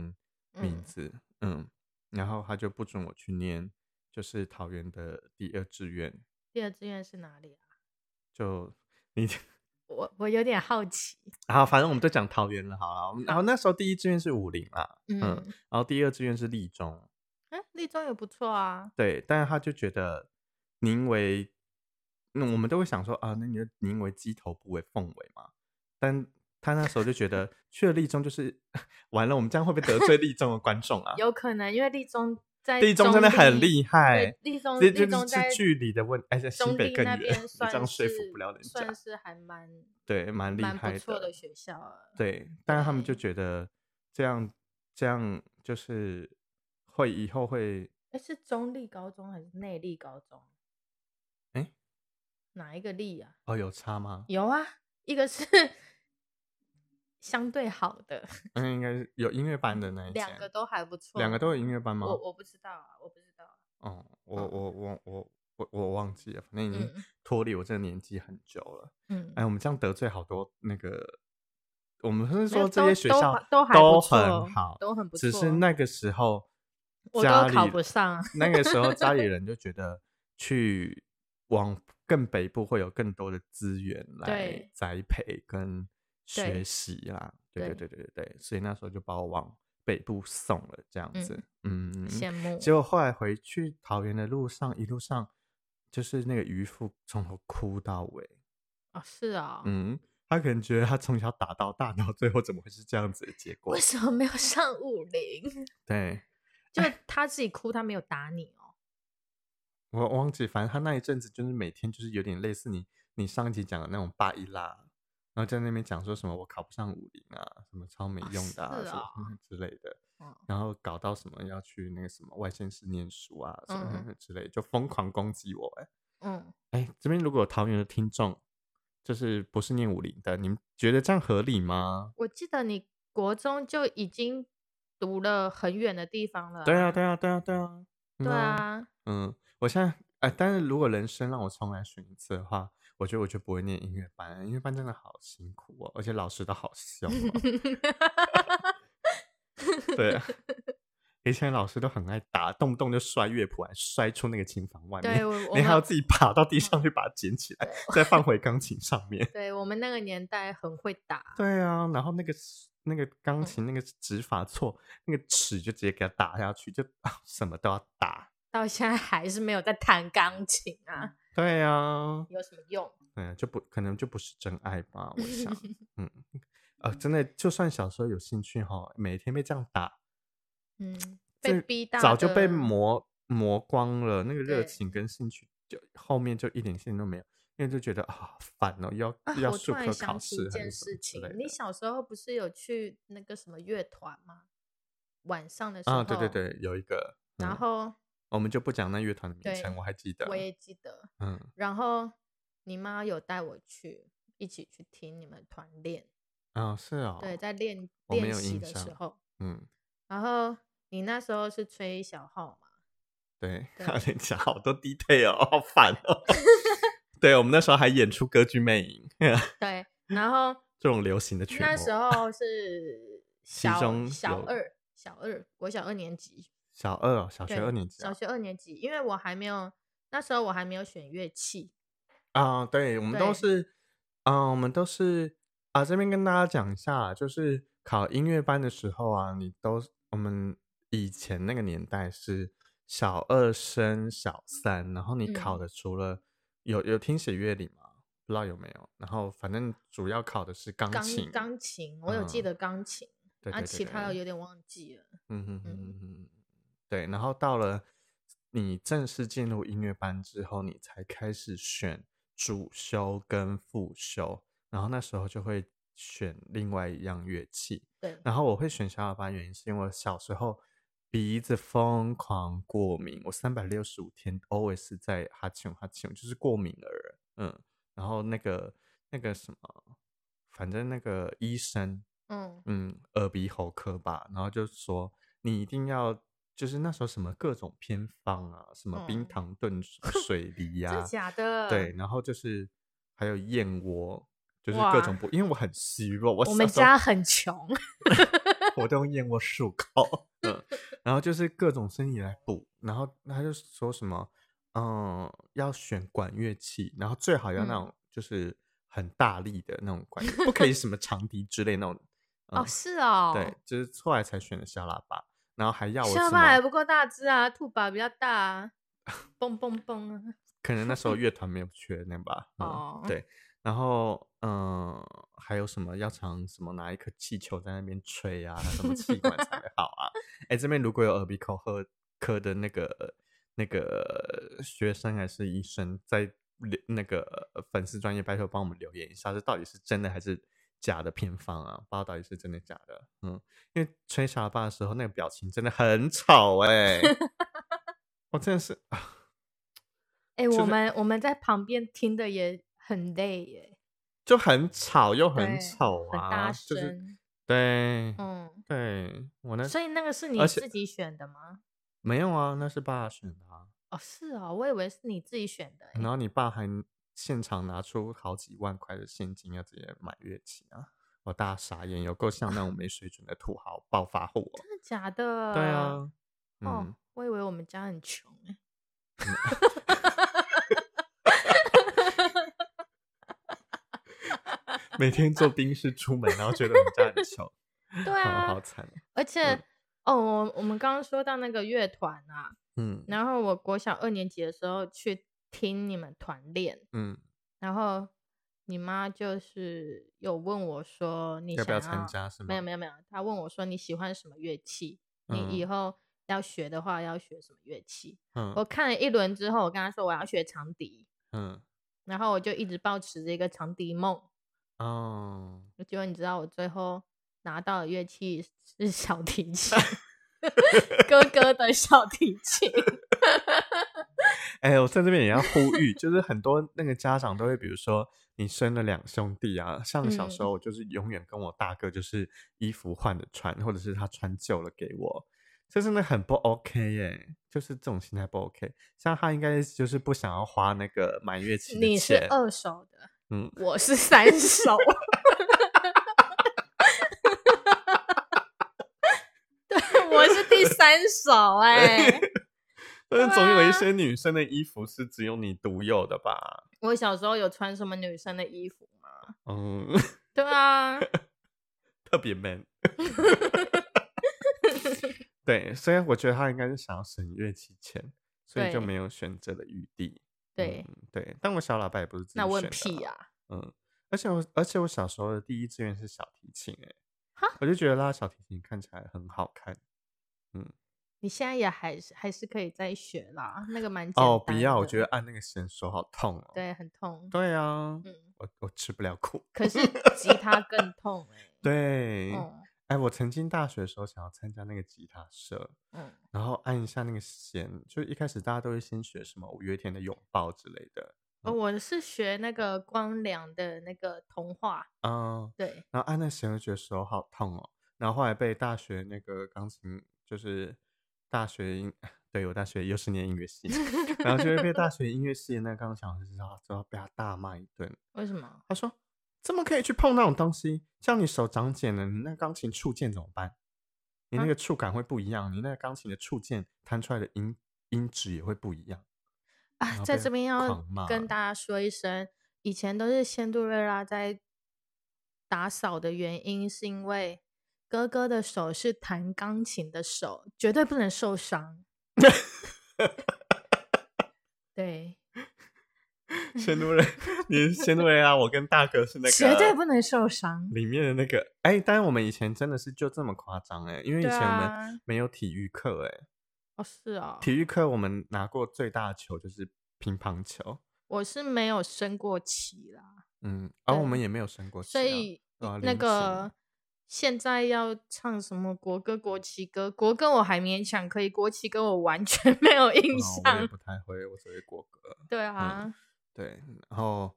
Speaker 1: 名
Speaker 2: 嗯
Speaker 1: 字，嗯然后他就不准我去念，就是桃园的第二志愿。
Speaker 2: 第二志愿是哪里啊？
Speaker 1: 就你，
Speaker 2: 我我有点好奇。
Speaker 1: 然后反正我们就讲桃园了，好了。我们然后那时候第一志愿是武陵啦，
Speaker 2: 嗯，
Speaker 1: 嗯
Speaker 2: 哎、
Speaker 1: 然后第二志愿是立中，
Speaker 2: 立中也不错啊。
Speaker 1: 对，但是他就觉得宁为，那我们都会想说啊，那你就宁为鸡头不为凤尾嘛。但他那时候就觉 得去了立中就是 完了，我们这样会不会得罪立中的观众啊？
Speaker 2: 有可能，因为立中在
Speaker 1: 立中真的很
Speaker 2: 立
Speaker 1: 厉害
Speaker 2: 对，立中
Speaker 1: 这
Speaker 2: 立
Speaker 1: 这
Speaker 2: 中
Speaker 1: 就是
Speaker 2: 在
Speaker 1: 距离的问，而且新
Speaker 2: 中
Speaker 1: 北
Speaker 2: 立
Speaker 1: 更
Speaker 2: 那
Speaker 1: 远，
Speaker 2: 边
Speaker 1: 你
Speaker 2: 算
Speaker 1: 这样说服
Speaker 2: 是
Speaker 1: 不了人
Speaker 2: 算
Speaker 1: 家，
Speaker 2: 是还蛮
Speaker 1: 对，蛮厉
Speaker 2: 蛮
Speaker 1: 害的，
Speaker 2: 不错的学校啊了。
Speaker 1: 对，但是他们就
Speaker 2: 对
Speaker 1: 觉得这样这样就是会以后会
Speaker 2: 哎，是中立高中还是内力高中？啊
Speaker 1: 诶
Speaker 2: 哪一个力啊？
Speaker 1: 哦有差吗？
Speaker 2: 有啊，一个是 相对好的，
Speaker 1: 嗯，应该是有音乐班的那一
Speaker 2: 两
Speaker 1: 间
Speaker 2: 个都还不错。
Speaker 1: 两个都有音乐班吗？
Speaker 2: 我我不知道啊，我不知道啊。
Speaker 1: 哦，我
Speaker 2: 嗯
Speaker 1: 我我我我我忘记了，反正已经
Speaker 2: 嗯
Speaker 1: 脱离我这个年纪很久了。
Speaker 2: 嗯，
Speaker 1: 哎，我们这样得罪好多那个，我们是
Speaker 2: 没有
Speaker 1: 说这
Speaker 2: 都
Speaker 1: 些学
Speaker 2: 都
Speaker 1: 校
Speaker 2: 还都还不
Speaker 1: 都
Speaker 2: 错
Speaker 1: 很好，
Speaker 2: 都很不
Speaker 1: 只
Speaker 2: 错
Speaker 1: 是那个时候
Speaker 2: 我
Speaker 1: 家
Speaker 2: 都
Speaker 1: 里
Speaker 2: 考不上啊
Speaker 1: 那个时候家 里人就觉得去往更北部会有更多的资源来
Speaker 2: 对
Speaker 1: 栽培跟学
Speaker 2: 对
Speaker 1: 习啦。对对对
Speaker 2: 对
Speaker 1: 对对对，所以那时候就把我往北部送了，这样
Speaker 2: 嗯
Speaker 1: 子。嗯，
Speaker 2: 羡慕。
Speaker 1: 结果后来回去桃园的路上，一路上就是那个渔夫从头哭到尾。
Speaker 2: 哦，是啊、
Speaker 1: 嗯，他可能觉得他从小打到大，到最后怎么会是这样子的结果
Speaker 2: 为？什么没有上武林？
Speaker 1: 对
Speaker 2: 就
Speaker 1: 哎
Speaker 2: 他自己哭，他没有打你哦。
Speaker 1: 我忘记，反正他那一阵子就是每天就是有点类似你你上一集讲的那种巴依拉，然后在那边讲说什么我考不上武林啊，什么超没
Speaker 2: 哦
Speaker 1: 用的啊，
Speaker 2: 是
Speaker 1: 什么、嗯 之类的。
Speaker 2: 嗯
Speaker 1: 然后搞到什么要去那个什么外县市念书啊，什
Speaker 2: 嗯
Speaker 1: 么之类的，就疯狂攻击我、哎。
Speaker 2: 嗯，
Speaker 1: 哎，这边如果有桃园的听众，就是不是念武林的，你们觉得这样合理吗？
Speaker 2: 我记得你国中就已经读了很远的地方了。
Speaker 1: 对啊，，对啊，对啊，对啊，嗯
Speaker 2: 对，啊，。
Speaker 1: 嗯，我现在哎，但是如果人生让我重来选一次的话，我觉得我就不会念音乐班，音乐班真的好辛苦哦，而且老师都好凶、哦 对，以前老师都很爱打，动不动就摔乐谱，还啊摔出那个琴房外
Speaker 2: 对，
Speaker 1: 面，
Speaker 2: 我我
Speaker 1: 你还要
Speaker 2: 们
Speaker 1: 自己爬到地上去把它捡起来，再放回钢琴上面。
Speaker 2: 对我们那个年代很会打，
Speaker 1: 对啊，然后那个那个钢
Speaker 2: 嗯
Speaker 1: 琴那个指法错，那个尺就直接给它打下去，就、 啊、什么都要打。
Speaker 2: 到现在还是没有在弹钢琴
Speaker 1: 嗯
Speaker 2: 啊，
Speaker 1: 对啊，
Speaker 2: 有什么用？
Speaker 1: 嗯，就不可能就不是真爱吧？我 想，嗯，呃，真的，就算小时候有兴趣哈，每天被这样打，
Speaker 2: 嗯，被
Speaker 1: 这
Speaker 2: 逼到
Speaker 1: 早就被
Speaker 2: 的
Speaker 1: 磨磨光了，那个热
Speaker 2: 对
Speaker 1: 情跟兴趣就后面就一点兴趣都没有，因为就觉得啊烦哦，又要、
Speaker 2: 啊
Speaker 1: 又！要
Speaker 2: 我突
Speaker 1: 术
Speaker 2: 然
Speaker 1: 科
Speaker 2: 想
Speaker 1: 考
Speaker 2: 起一
Speaker 1: 试还是
Speaker 2: 件
Speaker 1: 什
Speaker 2: 事
Speaker 1: 么之
Speaker 2: 情
Speaker 1: 类，的
Speaker 2: 你小时候不是有去那个什么乐团吗？晚上的时候，
Speaker 1: 啊，对对，对，有一个，嗯啊
Speaker 2: 然后
Speaker 1: 我们就不讲那乐团的名
Speaker 2: 对
Speaker 1: 称，我还记得，
Speaker 2: 我也记得，
Speaker 1: 嗯，
Speaker 2: 然后你妈有带我去一起去听你们团练，
Speaker 1: 啊是哦，
Speaker 2: 对，在练
Speaker 1: 我没
Speaker 2: 练
Speaker 1: 有
Speaker 2: 习
Speaker 1: 印
Speaker 2: 的时
Speaker 1: 象
Speaker 2: 候，
Speaker 1: 嗯，
Speaker 2: 然后你那时候是吹小号嘛？
Speaker 1: 对，
Speaker 2: 对
Speaker 1: 你讲好多 detail，哦好烦 哦。对，我们那时候还演出歌剧魅影
Speaker 2: 对，然后
Speaker 1: 这种流行的曲目。
Speaker 2: 那时候是
Speaker 1: 其
Speaker 2: 小
Speaker 1: 中
Speaker 2: 小
Speaker 1: 有
Speaker 2: 二，小二，我小二年级，
Speaker 1: 小二哦，小学
Speaker 2: 对
Speaker 1: 二年级
Speaker 2: 小
Speaker 1: 啊，
Speaker 2: 学二年级，因为我还没有那时候我还没有选乐器，
Speaker 1: 啊对，我们
Speaker 2: 对
Speaker 1: 都是，啊、我们都是啊，这边跟大家讲一下，就是考音乐班的时候啊，你都我们以前那个年代是小二升小三，然后你考
Speaker 2: 嗯
Speaker 1: 的除了、有有听写乐理吗？不知道有没有，然后反正主要考的是钢
Speaker 2: 钢
Speaker 1: 琴，
Speaker 2: 钢琴，我有记
Speaker 1: 嗯
Speaker 2: 得钢琴，
Speaker 1: 对对对
Speaker 2: 啊，其他的
Speaker 1: 对
Speaker 2: 有点忘记了。
Speaker 1: 嗯哼哼
Speaker 2: 嗯
Speaker 1: 哼哼，对。然后到了你正式进入音乐班之后，你才开始选主修跟副修，然后那时候就会选另外一样乐器。
Speaker 2: 对，
Speaker 1: 然后我会选小喇叭，原因是因为我小时候鼻子疯狂过敏，我三百六十五天 always 在哈欠哈欠，就是过敏儿。嗯，然后那个那个什么，反正那个医生
Speaker 2: 嗯，
Speaker 1: 嗯，耳鼻喉科吧，然后就说你一定要，就是那时候什么各种偏方啊，什么冰
Speaker 2: 嗯
Speaker 1: 糖炖水梨呀、
Speaker 2: 真的假的？
Speaker 1: 对，，然后就是还有燕窝，就是各种
Speaker 2: 哇
Speaker 1: 不，因为我很虚弱，我
Speaker 2: 我们
Speaker 1: 小时候
Speaker 2: 家很穷，
Speaker 1: 我都用燕窝漱口， 嗯，然后就是各种声音来补，然后他就说什么，嗯，要选管乐器，然后最好要那
Speaker 2: 嗯
Speaker 1: 种就是很大力的那种管乐，不可以什么长笛之类那种。
Speaker 2: 哦，
Speaker 1: 嗯
Speaker 2: 是哦，
Speaker 1: 对，，就是后来才选的小喇叭，然后还要我
Speaker 2: 下
Speaker 1: 什
Speaker 2: 巴还
Speaker 1: 么？
Speaker 2: 不够大只啊，兔宝比较大 啊，蹦蹦蹦啊，
Speaker 1: 可能那 时候乐团没有缺那吧。嗯、
Speaker 2: 哦
Speaker 1: 对，然后嗯、呃还有什么要常什么拿一颗气球在那边吹啊，什么气管才 会好啊？哎，这边如果有耳鼻口喝科的那个那个学生还是医生在留那个粉丝专业，拜托帮我们留言一下，这到底是真的还是假的偏方啊？不知道到底是真的假的。嗯，因为吹小喇叭的时候那个表情真的很 丑哎、我真的是啊
Speaker 2: 哎、
Speaker 1: 是
Speaker 2: 我们我们在旁边听的也很累耶，
Speaker 1: 就很吵又很
Speaker 2: 对
Speaker 1: 丑
Speaker 2: 很
Speaker 1: 啊，
Speaker 2: 大
Speaker 1: 就
Speaker 2: 声，
Speaker 1: 是对、
Speaker 2: 嗯，
Speaker 1: 对，我那
Speaker 2: 所以那个是你
Speaker 1: 而且
Speaker 2: 自己选的吗？
Speaker 1: 没有啊，那是爸选的啊，
Speaker 2: 哦，是哦，我以为是你自己选的耶，
Speaker 1: 然后你爸还现场拿出好几万块的现金要直接买乐器啊，我大傻眼，有够像那种没水准的土豪暴发户、哦，
Speaker 2: 真的假的？
Speaker 1: 对啊，
Speaker 2: 哦，
Speaker 1: 嗯，
Speaker 2: 我以为我们家很穷哎、
Speaker 1: 每天坐宾士出门，然后觉得我们家 很穷，
Speaker 2: 对 啊，
Speaker 1: 好好惨哦，
Speaker 2: 而且、哦，我我们刚刚说到那个乐团啊，
Speaker 1: 嗯
Speaker 2: 然后我国小二年级的时候去听你们团练，
Speaker 1: 嗯，
Speaker 2: 然后你妈就是有问我说你
Speaker 1: 要不
Speaker 2: 想
Speaker 1: 要参？加是吗？
Speaker 2: 没有没有没有，她问我说你喜欢什么乐器？
Speaker 1: 嗯
Speaker 2: 你以后要学的话要学什么乐器？
Speaker 1: 嗯
Speaker 2: 我看了一轮之后，我跟她说我要学长笛，
Speaker 1: 嗯
Speaker 2: 然后我就一直保持着一个长笛梦。
Speaker 1: 哦，
Speaker 2: 结果你知道我最后拿到的乐器是小提琴， 哥哥的小提琴。
Speaker 1: 哎、我在这边也要呼吁，就是很多那个家长都会，比如说你生了两兄弟啊，像小时
Speaker 2: 嗯
Speaker 1: 候我就是永远跟我大哥就是衣服换着穿，或者是他穿旧了给我，这真的很不 OK 耶、就是这种心态不 OK。像他应该就是不想要花那个买乐器
Speaker 2: 你
Speaker 1: 的
Speaker 2: 是
Speaker 1: 钱，
Speaker 2: 二手的，
Speaker 1: 嗯，
Speaker 2: 我是三手。对，我是第三 首哎、
Speaker 1: 但
Speaker 2: 对
Speaker 1: 是总有
Speaker 2: 啊
Speaker 1: 一些女生的衣服是只有你独有的吧？
Speaker 2: 我小时候有穿什么女生的衣服吗？
Speaker 1: 嗯，
Speaker 2: 对 啊，
Speaker 1: 特别 man。对，所以我觉得他应该是想要省乐器钱，所以就
Speaker 2: 对
Speaker 1: 没有选择的余地。
Speaker 2: 对
Speaker 1: 嗯对，但我小喇叭也不是自己
Speaker 2: 那问
Speaker 1: 选的
Speaker 2: 屁啊
Speaker 1: 啦
Speaker 2: 呀、
Speaker 1: 嗯，而且我而且我小时候的第一志愿是小提琴、欸，
Speaker 2: 哈
Speaker 1: 我就觉得拉小提琴看起来很好看。
Speaker 2: 你现在也还是还是可以再学啦，那个蛮简单
Speaker 1: 哦，不要，我
Speaker 2: 的
Speaker 1: 觉得按那个弦手好痛哦。
Speaker 2: 对很痛，
Speaker 1: 对啊，
Speaker 2: 嗯，
Speaker 1: 我我吃不了苦。
Speaker 2: 可是吉他更痛 哎、
Speaker 1: 对，哎、
Speaker 2: 嗯
Speaker 1: 我曾经大学的时候想要参加那个吉他社，
Speaker 2: 嗯，
Speaker 1: 然后按一下那个弦，就一开始大家都会先学什么五月天的拥抱之类的，
Speaker 2: 哦我是学那个光良的那个童话，
Speaker 1: 嗯，
Speaker 2: 对，
Speaker 1: 然后按那弦，我觉得手好痛哦。然后后来被大学那个钢琴，就是大学音， 对我大学又是念音乐系，然后就会被大学音乐系的那个钢琴老师知道，之后被他大骂一顿。
Speaker 2: 为什么？
Speaker 1: 他说：“怎么可以去碰那种东西？这样你手长茧了，你那钢琴触键怎么办？你那
Speaker 2: 啊
Speaker 1: 个触感会不一样，你那个钢琴的触键弹出来的音音质也会不一样。然
Speaker 2: 啊，
Speaker 1: 后
Speaker 2: 在
Speaker 1: 被
Speaker 2: 这边要
Speaker 1: 狂骂
Speaker 2: 跟大家说一声，以前都是仙杜瑞拉在打扫的原因，是因为哥哥的手是弹钢琴的手，绝对不能 受伤。对，
Speaker 1: 仙奴人， 你仙奴人啊！我跟大哥是那个
Speaker 2: 绝对不能受伤。
Speaker 1: 里面的那个，哎、当然我们以前真的是就这么夸张哎，因为以
Speaker 2: 对
Speaker 1: 前我
Speaker 2: 啊
Speaker 1: 们，没有体育课哎、
Speaker 2: 哦是哦，
Speaker 1: 体育课我们拿过最大的球就是乒乓球，
Speaker 2: 我是没有升过旗啦，
Speaker 1: 嗯，而、我
Speaker 2: 对
Speaker 1: 们也没有升过旗
Speaker 2: 所
Speaker 1: 啊、
Speaker 2: 以
Speaker 1: 对啊
Speaker 2: 那
Speaker 1: 零
Speaker 2: 个现在要唱什么国歌、国旗歌，国歌我还勉强可以，国旗歌我完全没有
Speaker 1: 哦我也
Speaker 2: 印
Speaker 1: 嗯
Speaker 2: 象。
Speaker 1: 不太会，我只会国歌。
Speaker 2: 对啊，
Speaker 1: 对，然后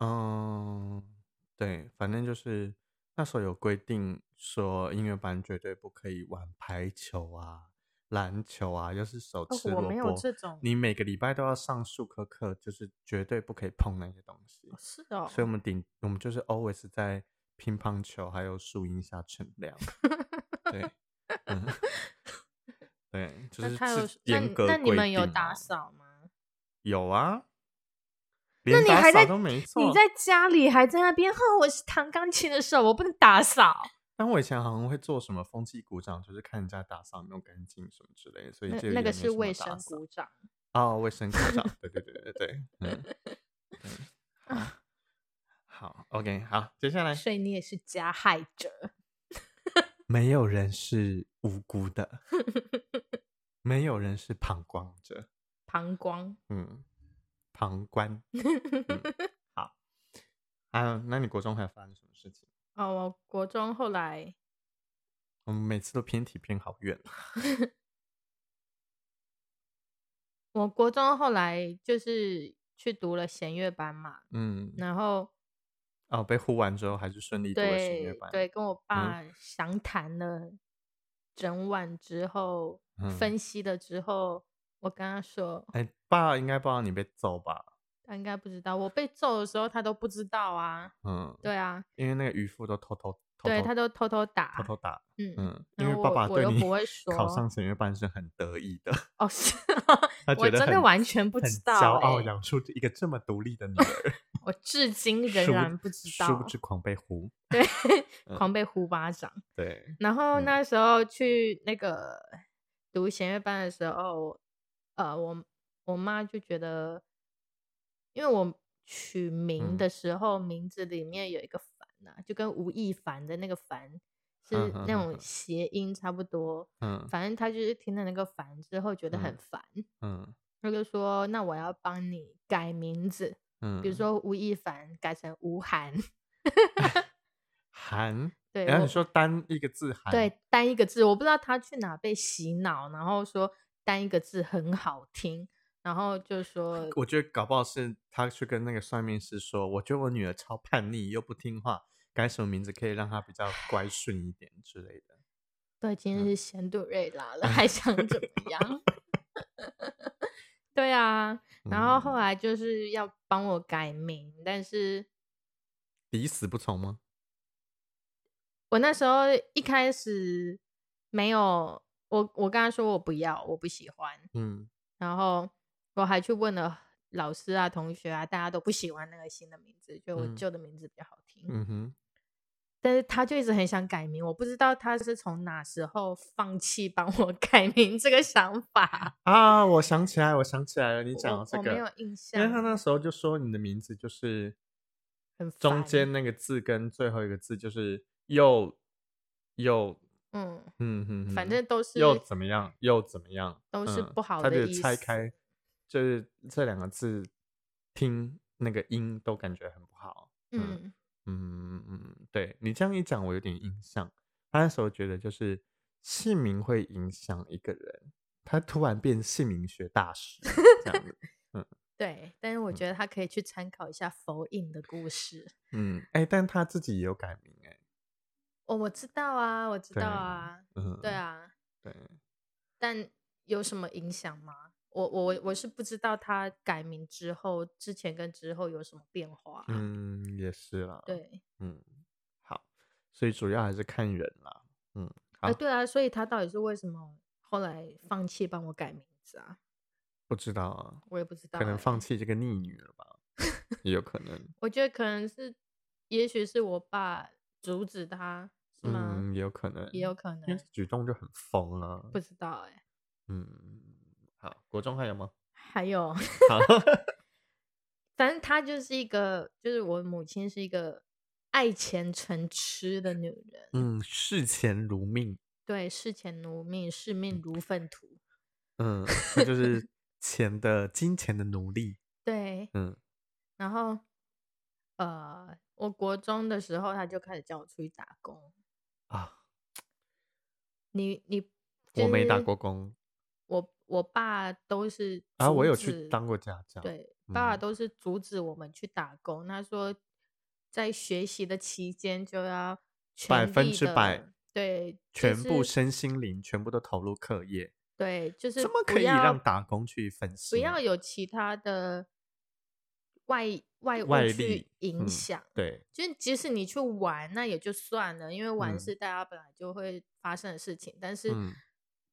Speaker 1: 嗯，对，反正就是那时候有规定说，音乐班绝对不可以玩排球啊、篮球啊，要是手
Speaker 2: 哦
Speaker 1: 吃
Speaker 2: 我
Speaker 1: 萝卜，
Speaker 2: 没有这种
Speaker 1: 你每个礼拜都要上数科课，就是绝对不可以碰那些东西。
Speaker 2: 哦是哦，
Speaker 1: 所以我们顶我们就是 always 在乒乓球还有树荫下乘 凉。对，嗯对，就
Speaker 2: 那
Speaker 1: 是
Speaker 2: 他有
Speaker 1: 是严格
Speaker 2: 那你那你
Speaker 1: 规
Speaker 2: 们有
Speaker 1: 定
Speaker 2: 打
Speaker 1: 哦
Speaker 2: 扫吗？
Speaker 1: 有啊，
Speaker 2: 那
Speaker 1: 连
Speaker 2: 你
Speaker 1: 打
Speaker 2: 还
Speaker 1: 扫
Speaker 2: 在
Speaker 1: 都没做。
Speaker 2: 你在家里还在那边，哼，我是弹钢琴的时候，我不能打扫。
Speaker 1: 但我以前好像会做什么风气鼓掌，就是看人家打扫有没有干净什么之类的，所以
Speaker 2: 那
Speaker 1: 这
Speaker 2: 那
Speaker 1: 也没
Speaker 2: 个是
Speaker 1: 什么
Speaker 2: 卫
Speaker 1: 打
Speaker 2: 生
Speaker 1: 扫
Speaker 2: 鼓掌。
Speaker 1: 哦，卫生鼓掌，对对对对对，嗯， 对好好，OK，好，接下来
Speaker 2: 所以你也是加害者。
Speaker 1: 没有人是无辜 的，没有人是旁观者，
Speaker 2: 膀胱，
Speaker 1: 嗯，旁 观，嗯好，还有，那你国中还有发生什么事情？
Speaker 2: 哦，我国中后来
Speaker 1: 我们每次都偏题偏好远，
Speaker 2: 我国中后来就是去读了弦乐班嘛，
Speaker 1: 嗯，
Speaker 2: 然后
Speaker 1: 哦，被呼完之后还是顺利读了弦乐
Speaker 2: 对
Speaker 1: 班，嗯
Speaker 2: 对，，跟我爸详谈了整晚之后，
Speaker 1: 嗯
Speaker 2: 分析了之后，我跟他说，
Speaker 1: 哎，爸应该不知道你被揍吧？
Speaker 2: 他应该不知道，我被揍的时候他都不知道啊，
Speaker 1: 嗯，
Speaker 2: 对啊，
Speaker 1: 因为那个渔夫都偷偷，偷
Speaker 2: 对
Speaker 1: 偷
Speaker 2: 他都偷偷打，
Speaker 1: 偷偷打，
Speaker 2: 嗯，
Speaker 1: 嗯，因
Speaker 2: 然
Speaker 1: 为
Speaker 2: 后
Speaker 1: 爸
Speaker 2: 我
Speaker 1: 爸
Speaker 2: 我
Speaker 1: 对
Speaker 2: 又
Speaker 1: 你
Speaker 2: 不会
Speaker 1: 考
Speaker 2: 说
Speaker 1: 上弦乐班是很得意的，
Speaker 2: 哦 是
Speaker 1: 他，
Speaker 2: 我
Speaker 1: 觉得
Speaker 2: 真的
Speaker 1: 很
Speaker 2: 完全不
Speaker 1: 很
Speaker 2: 知道、
Speaker 1: 骄傲
Speaker 2: 欸，
Speaker 1: 养出一个这么独立 的女儿，
Speaker 2: 我至今仍
Speaker 1: 殊
Speaker 2: 然不知
Speaker 1: 殊不
Speaker 2: 道，
Speaker 1: 知狂被呼，
Speaker 2: 对，
Speaker 1: 嗯
Speaker 2: 狂被呼巴掌。
Speaker 1: 对，
Speaker 2: 然后
Speaker 1: 嗯
Speaker 2: 那时候去那个读弦乐班的时候，呃，我我妈就觉得，因为我取名
Speaker 1: 嗯
Speaker 2: 的时候，名字里面有一个“凡”呐，就跟吴亦凡的那个“凡”是
Speaker 1: 嗯哼
Speaker 2: 那
Speaker 1: 哼
Speaker 2: 种
Speaker 1: 哼
Speaker 2: 谐音差不多。
Speaker 1: 嗯
Speaker 2: 反正她就是听了那个“凡”之后，觉得很
Speaker 1: 嗯
Speaker 2: 烦，
Speaker 1: 嗯
Speaker 2: 她就说：“那我要帮你改名字，
Speaker 1: 嗯，
Speaker 2: 比如说吴亦凡改成吴晗。
Speaker 1: 韩，”
Speaker 2: 对，
Speaker 1: 然后
Speaker 2: 我
Speaker 1: 哎你说单一个字韩，
Speaker 2: 对，单一个字，我不知道他去哪被洗脑，然后说单一个字很好听，然后就说
Speaker 1: 我觉得搞不好是他去跟那个算命师说，我觉得我女儿超叛逆又不听话，改什么名字可以让她比较乖顺一点之类的。
Speaker 2: 都已
Speaker 1: 嗯
Speaker 2: 经是仙杜瑞 拉了，还想怎么样？ 对啊，然后后
Speaker 1: 嗯
Speaker 2: 来就是要帮我改名，但是
Speaker 1: 抵死不从吗？
Speaker 2: 我那时候一开始没有，我我跟他说我不要，我不喜欢，
Speaker 1: 嗯，
Speaker 2: 然后我还去问了老师啊、同学啊，大家都不喜欢那个新的名字，就我
Speaker 1: 嗯
Speaker 2: 旧的名字比较好听。
Speaker 1: 嗯哼，
Speaker 2: 但是他就一直很想改名，我不知道他是从哪时候放弃帮我 改名这个想法。
Speaker 1: 啊，我想起来，我想起来了，你
Speaker 2: 我
Speaker 1: 讲到这
Speaker 2: 我没有
Speaker 1: 个，
Speaker 2: 印
Speaker 1: 因
Speaker 2: 象，
Speaker 1: 为他那时候就说你的名字就是
Speaker 2: 很
Speaker 1: 中
Speaker 2: 烦
Speaker 1: 间那个字跟最后一个字就是又又，
Speaker 2: 嗯，
Speaker 1: 嗯哼哼，
Speaker 2: 反正都是
Speaker 1: 又怎么样又怎么样，
Speaker 2: 都是
Speaker 1: 嗯
Speaker 2: 不好
Speaker 1: 他
Speaker 2: 的
Speaker 1: 就
Speaker 2: 意
Speaker 1: 拆
Speaker 2: 思
Speaker 1: 开，就是这两个字听那个音都感觉很不好，嗯
Speaker 2: 嗯
Speaker 1: 嗯嗯，嗯，对你这样一讲，我有点印象。他那时候觉得就是姓名会影响一个人，他突然变姓名学大师这样 子。
Speaker 2: 对，但是我觉得他可以去参考一下佛印的故事。
Speaker 1: 嗯，哎、但他自己也有改名哎、
Speaker 2: 哦，我知道啊，我知
Speaker 1: 对
Speaker 2: 道啊，
Speaker 1: 嗯，
Speaker 2: 对啊，
Speaker 1: 对，
Speaker 2: 但有什么影响吗？我我我是不知道他改名之后，之前跟之后有什么变化啊、
Speaker 1: 嗯，也是啦。，
Speaker 2: 对，
Speaker 1: 嗯，好，所以主要还是看人啦。嗯，好，
Speaker 2: 啊对啊，所以他到底是为什么后来放弃帮我改名字啊？
Speaker 1: 不知道啊，
Speaker 2: 我也不知道、
Speaker 1: 可能
Speaker 2: 欸
Speaker 1: 放弃这个逆女了吧，也有可能。
Speaker 2: 我觉得可能是，也许是我爸阻止他，是吗？
Speaker 1: 嗯，也有可能，
Speaker 2: 也有可
Speaker 1: 因为
Speaker 2: 能
Speaker 1: 这，举动就很疯啊。
Speaker 2: 不知道哎、
Speaker 1: 嗯，好，国中还有吗？
Speaker 2: 还有，
Speaker 1: 好，
Speaker 2: 反正她就是一个，就是我母亲是一个爱钱成痴的女人，
Speaker 1: 嗯，视钱如命，
Speaker 2: 对，视钱如命，视命如粪土。
Speaker 1: 嗯，他就是钱的金钱的奴隶，
Speaker 2: 对，
Speaker 1: 嗯
Speaker 2: 然后呃，我国中的时候，她就开始叫我出去打工。
Speaker 1: 啊，
Speaker 2: 你你、
Speaker 1: 我没打
Speaker 2: 就是
Speaker 1: 过工
Speaker 2: 我我爸都是
Speaker 1: 啊，我
Speaker 2: 阻
Speaker 1: 有去
Speaker 2: 止
Speaker 1: 当过家教，，
Speaker 2: 对，爸爸
Speaker 1: 嗯
Speaker 2: 都是阻止我们去打工。他说，在学习的期间就要
Speaker 1: 百
Speaker 2: 全
Speaker 1: 分
Speaker 2: 力
Speaker 1: 之
Speaker 2: 地
Speaker 1: 百，
Speaker 2: 对，就
Speaker 1: 全部
Speaker 2: 是
Speaker 1: 身心灵全部都投入课业，
Speaker 2: 对，就是
Speaker 1: 怎么
Speaker 2: 不
Speaker 1: 可以
Speaker 2: 要
Speaker 1: 让打工去分
Speaker 2: 不
Speaker 1: 心？
Speaker 2: 要有其他的外外物
Speaker 1: 外力
Speaker 2: 去影
Speaker 1: 嗯
Speaker 2: 响。
Speaker 1: 对，
Speaker 2: 就是即使你去玩，那也就算了，因为玩
Speaker 1: 嗯
Speaker 2: 是大家本来就会发生的事情。但是
Speaker 1: 嗯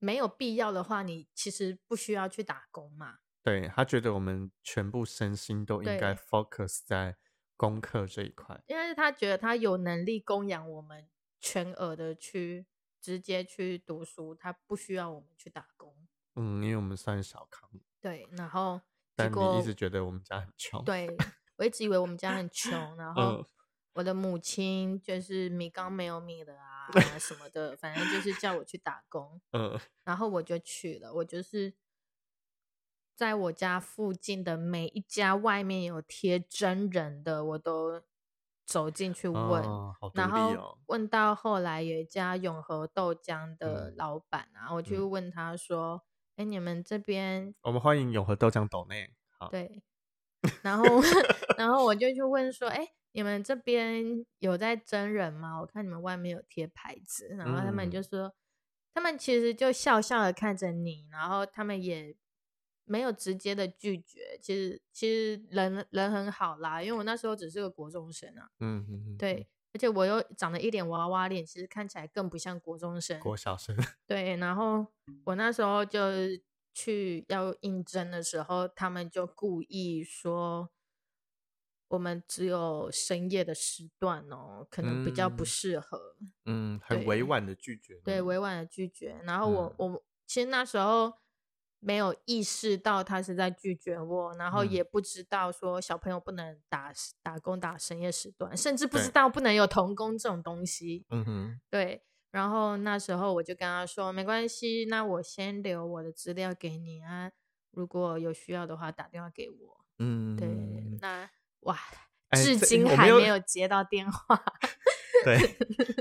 Speaker 2: 没有必要的话，你其实不需要去打工嘛。
Speaker 1: 对他觉得我们全部身心都应该
Speaker 2: 对
Speaker 1: focus 在功课这一块，
Speaker 2: 因为他觉得他有能力供养我们全额的去直接去读书，他不需要我们去打工。
Speaker 1: 嗯，因为我们算小康，
Speaker 2: 对，然后结
Speaker 1: 但你
Speaker 2: 果
Speaker 1: 一直觉得我们家很穷，，
Speaker 2: 对我一直以为我们家很穷，然后
Speaker 1: 嗯
Speaker 2: 我的母亲就是米缸没有米的啊什么的，反正就是叫我去打工，
Speaker 1: 嗯
Speaker 2: 然后我就去了，我就是。在我家附近的每一家外面有贴真人的，我都走进去问，
Speaker 1: 哦、好独
Speaker 2: 然
Speaker 1: 立
Speaker 2: 后
Speaker 1: 哦，
Speaker 2: 问到后来有一家永和豆浆的
Speaker 1: 嗯
Speaker 2: 老板啊，我去
Speaker 1: 嗯
Speaker 2: 问他说：“哎、你们这边
Speaker 1: 我们欢迎永和豆浆斗内。好，
Speaker 2: 对？”然后 然后我就去问说：“哎、你们这边有在真人吗？我看你们外面有贴牌子。”然后他们
Speaker 1: 嗯
Speaker 2: 就说：“他们其实就笑笑的看着你，然后他们也。”没有直接的拒绝，其实其实人人很好啦，因为我那时候只是个国中生啊，
Speaker 1: 嗯嗯嗯，
Speaker 2: 对，而且我又长得一脸娃娃脸，其实看起来更不像国中生
Speaker 1: 嗯，。国小生，
Speaker 2: 对，然后我那时候就是去要应征的时候，他们就故意说我们只有深夜的时段哦，可能比较不
Speaker 1: 嗯
Speaker 2: 适合。
Speaker 1: 嗯，很
Speaker 2: 对
Speaker 1: 委婉的拒绝你，
Speaker 2: 对，委婉的拒绝。然后我、
Speaker 1: 嗯
Speaker 2: 我其实那时候没有意识到他是在拒绝我，然后
Speaker 1: 嗯
Speaker 2: 也不知道说小朋友不能打打工打深夜时段，甚至不
Speaker 1: 对
Speaker 2: 知道不能有童工这种东西。
Speaker 1: 嗯哼，
Speaker 2: 对，然后那时候我就跟他说，没关系，那我先留我的资料给你啊，如果有需要的话打电话给我。
Speaker 1: 嗯，
Speaker 2: 对， 那哇。
Speaker 1: 哎
Speaker 2: 至
Speaker 1: 这
Speaker 2: 今
Speaker 1: 我没
Speaker 2: 还
Speaker 1: 有
Speaker 2: 没有接到电 话，
Speaker 1: 对，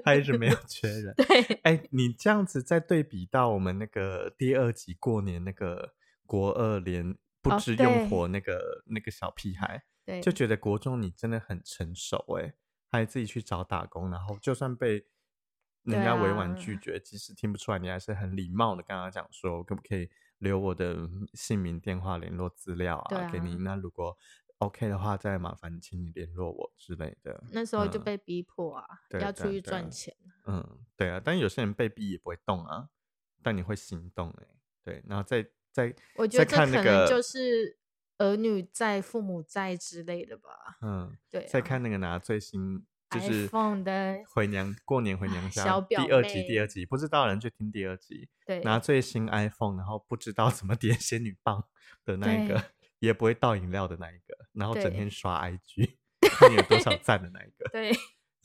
Speaker 1: 他一直没 有缺人。
Speaker 2: 对，
Speaker 1: 哎，你这样子再对比到我们那个第二集过年那个国二连不
Speaker 2: 哦
Speaker 1: 知用
Speaker 2: 对
Speaker 1: 火那个那个小屁孩，
Speaker 2: 对，
Speaker 1: 就觉得国中你真的很成熟哎、还自己去找打工，然后就算被人
Speaker 2: 对
Speaker 1: 家委
Speaker 2: 啊
Speaker 1: 婉拒绝，即使听不出来，你还是很礼貌的跟他讲说，可不可以留我的姓名、电话、联络资料
Speaker 2: 对
Speaker 1: 啊，给你。
Speaker 2: 啊
Speaker 1: 那如果 OK 的话，再麻烦请你联络我之类的。
Speaker 2: 那时候就
Speaker 1: 嗯
Speaker 2: 被逼迫啊，
Speaker 1: 对
Speaker 2: 要
Speaker 1: 对
Speaker 2: 出去
Speaker 1: 对
Speaker 2: 赚钱。
Speaker 1: 嗯，对啊，但有些人被逼也不会动啊，但你会心动哎、对，然后再再
Speaker 2: 我觉得
Speaker 1: 再
Speaker 2: 这
Speaker 1: 看那
Speaker 2: 可能就
Speaker 1: 个
Speaker 2: 是儿女在、父母在之类的吧。
Speaker 1: 嗯，
Speaker 2: 对、啊，
Speaker 1: 再看那个拿最新就是
Speaker 2: iPhone 的
Speaker 1: 回娘过年回娘
Speaker 2: 哎
Speaker 1: 家
Speaker 2: 小表
Speaker 1: 第二集第
Speaker 2: 妹
Speaker 1: 二集，不知道的人去听第二集，
Speaker 2: 对
Speaker 1: 拿最新 iPhone，然后不知道怎么点仙女棒的那一
Speaker 2: 对
Speaker 1: 个， 也不会倒饮料的那一个，然后整
Speaker 2: 对
Speaker 1: 天刷 IG 看你有多少赞的那一个，
Speaker 2: 对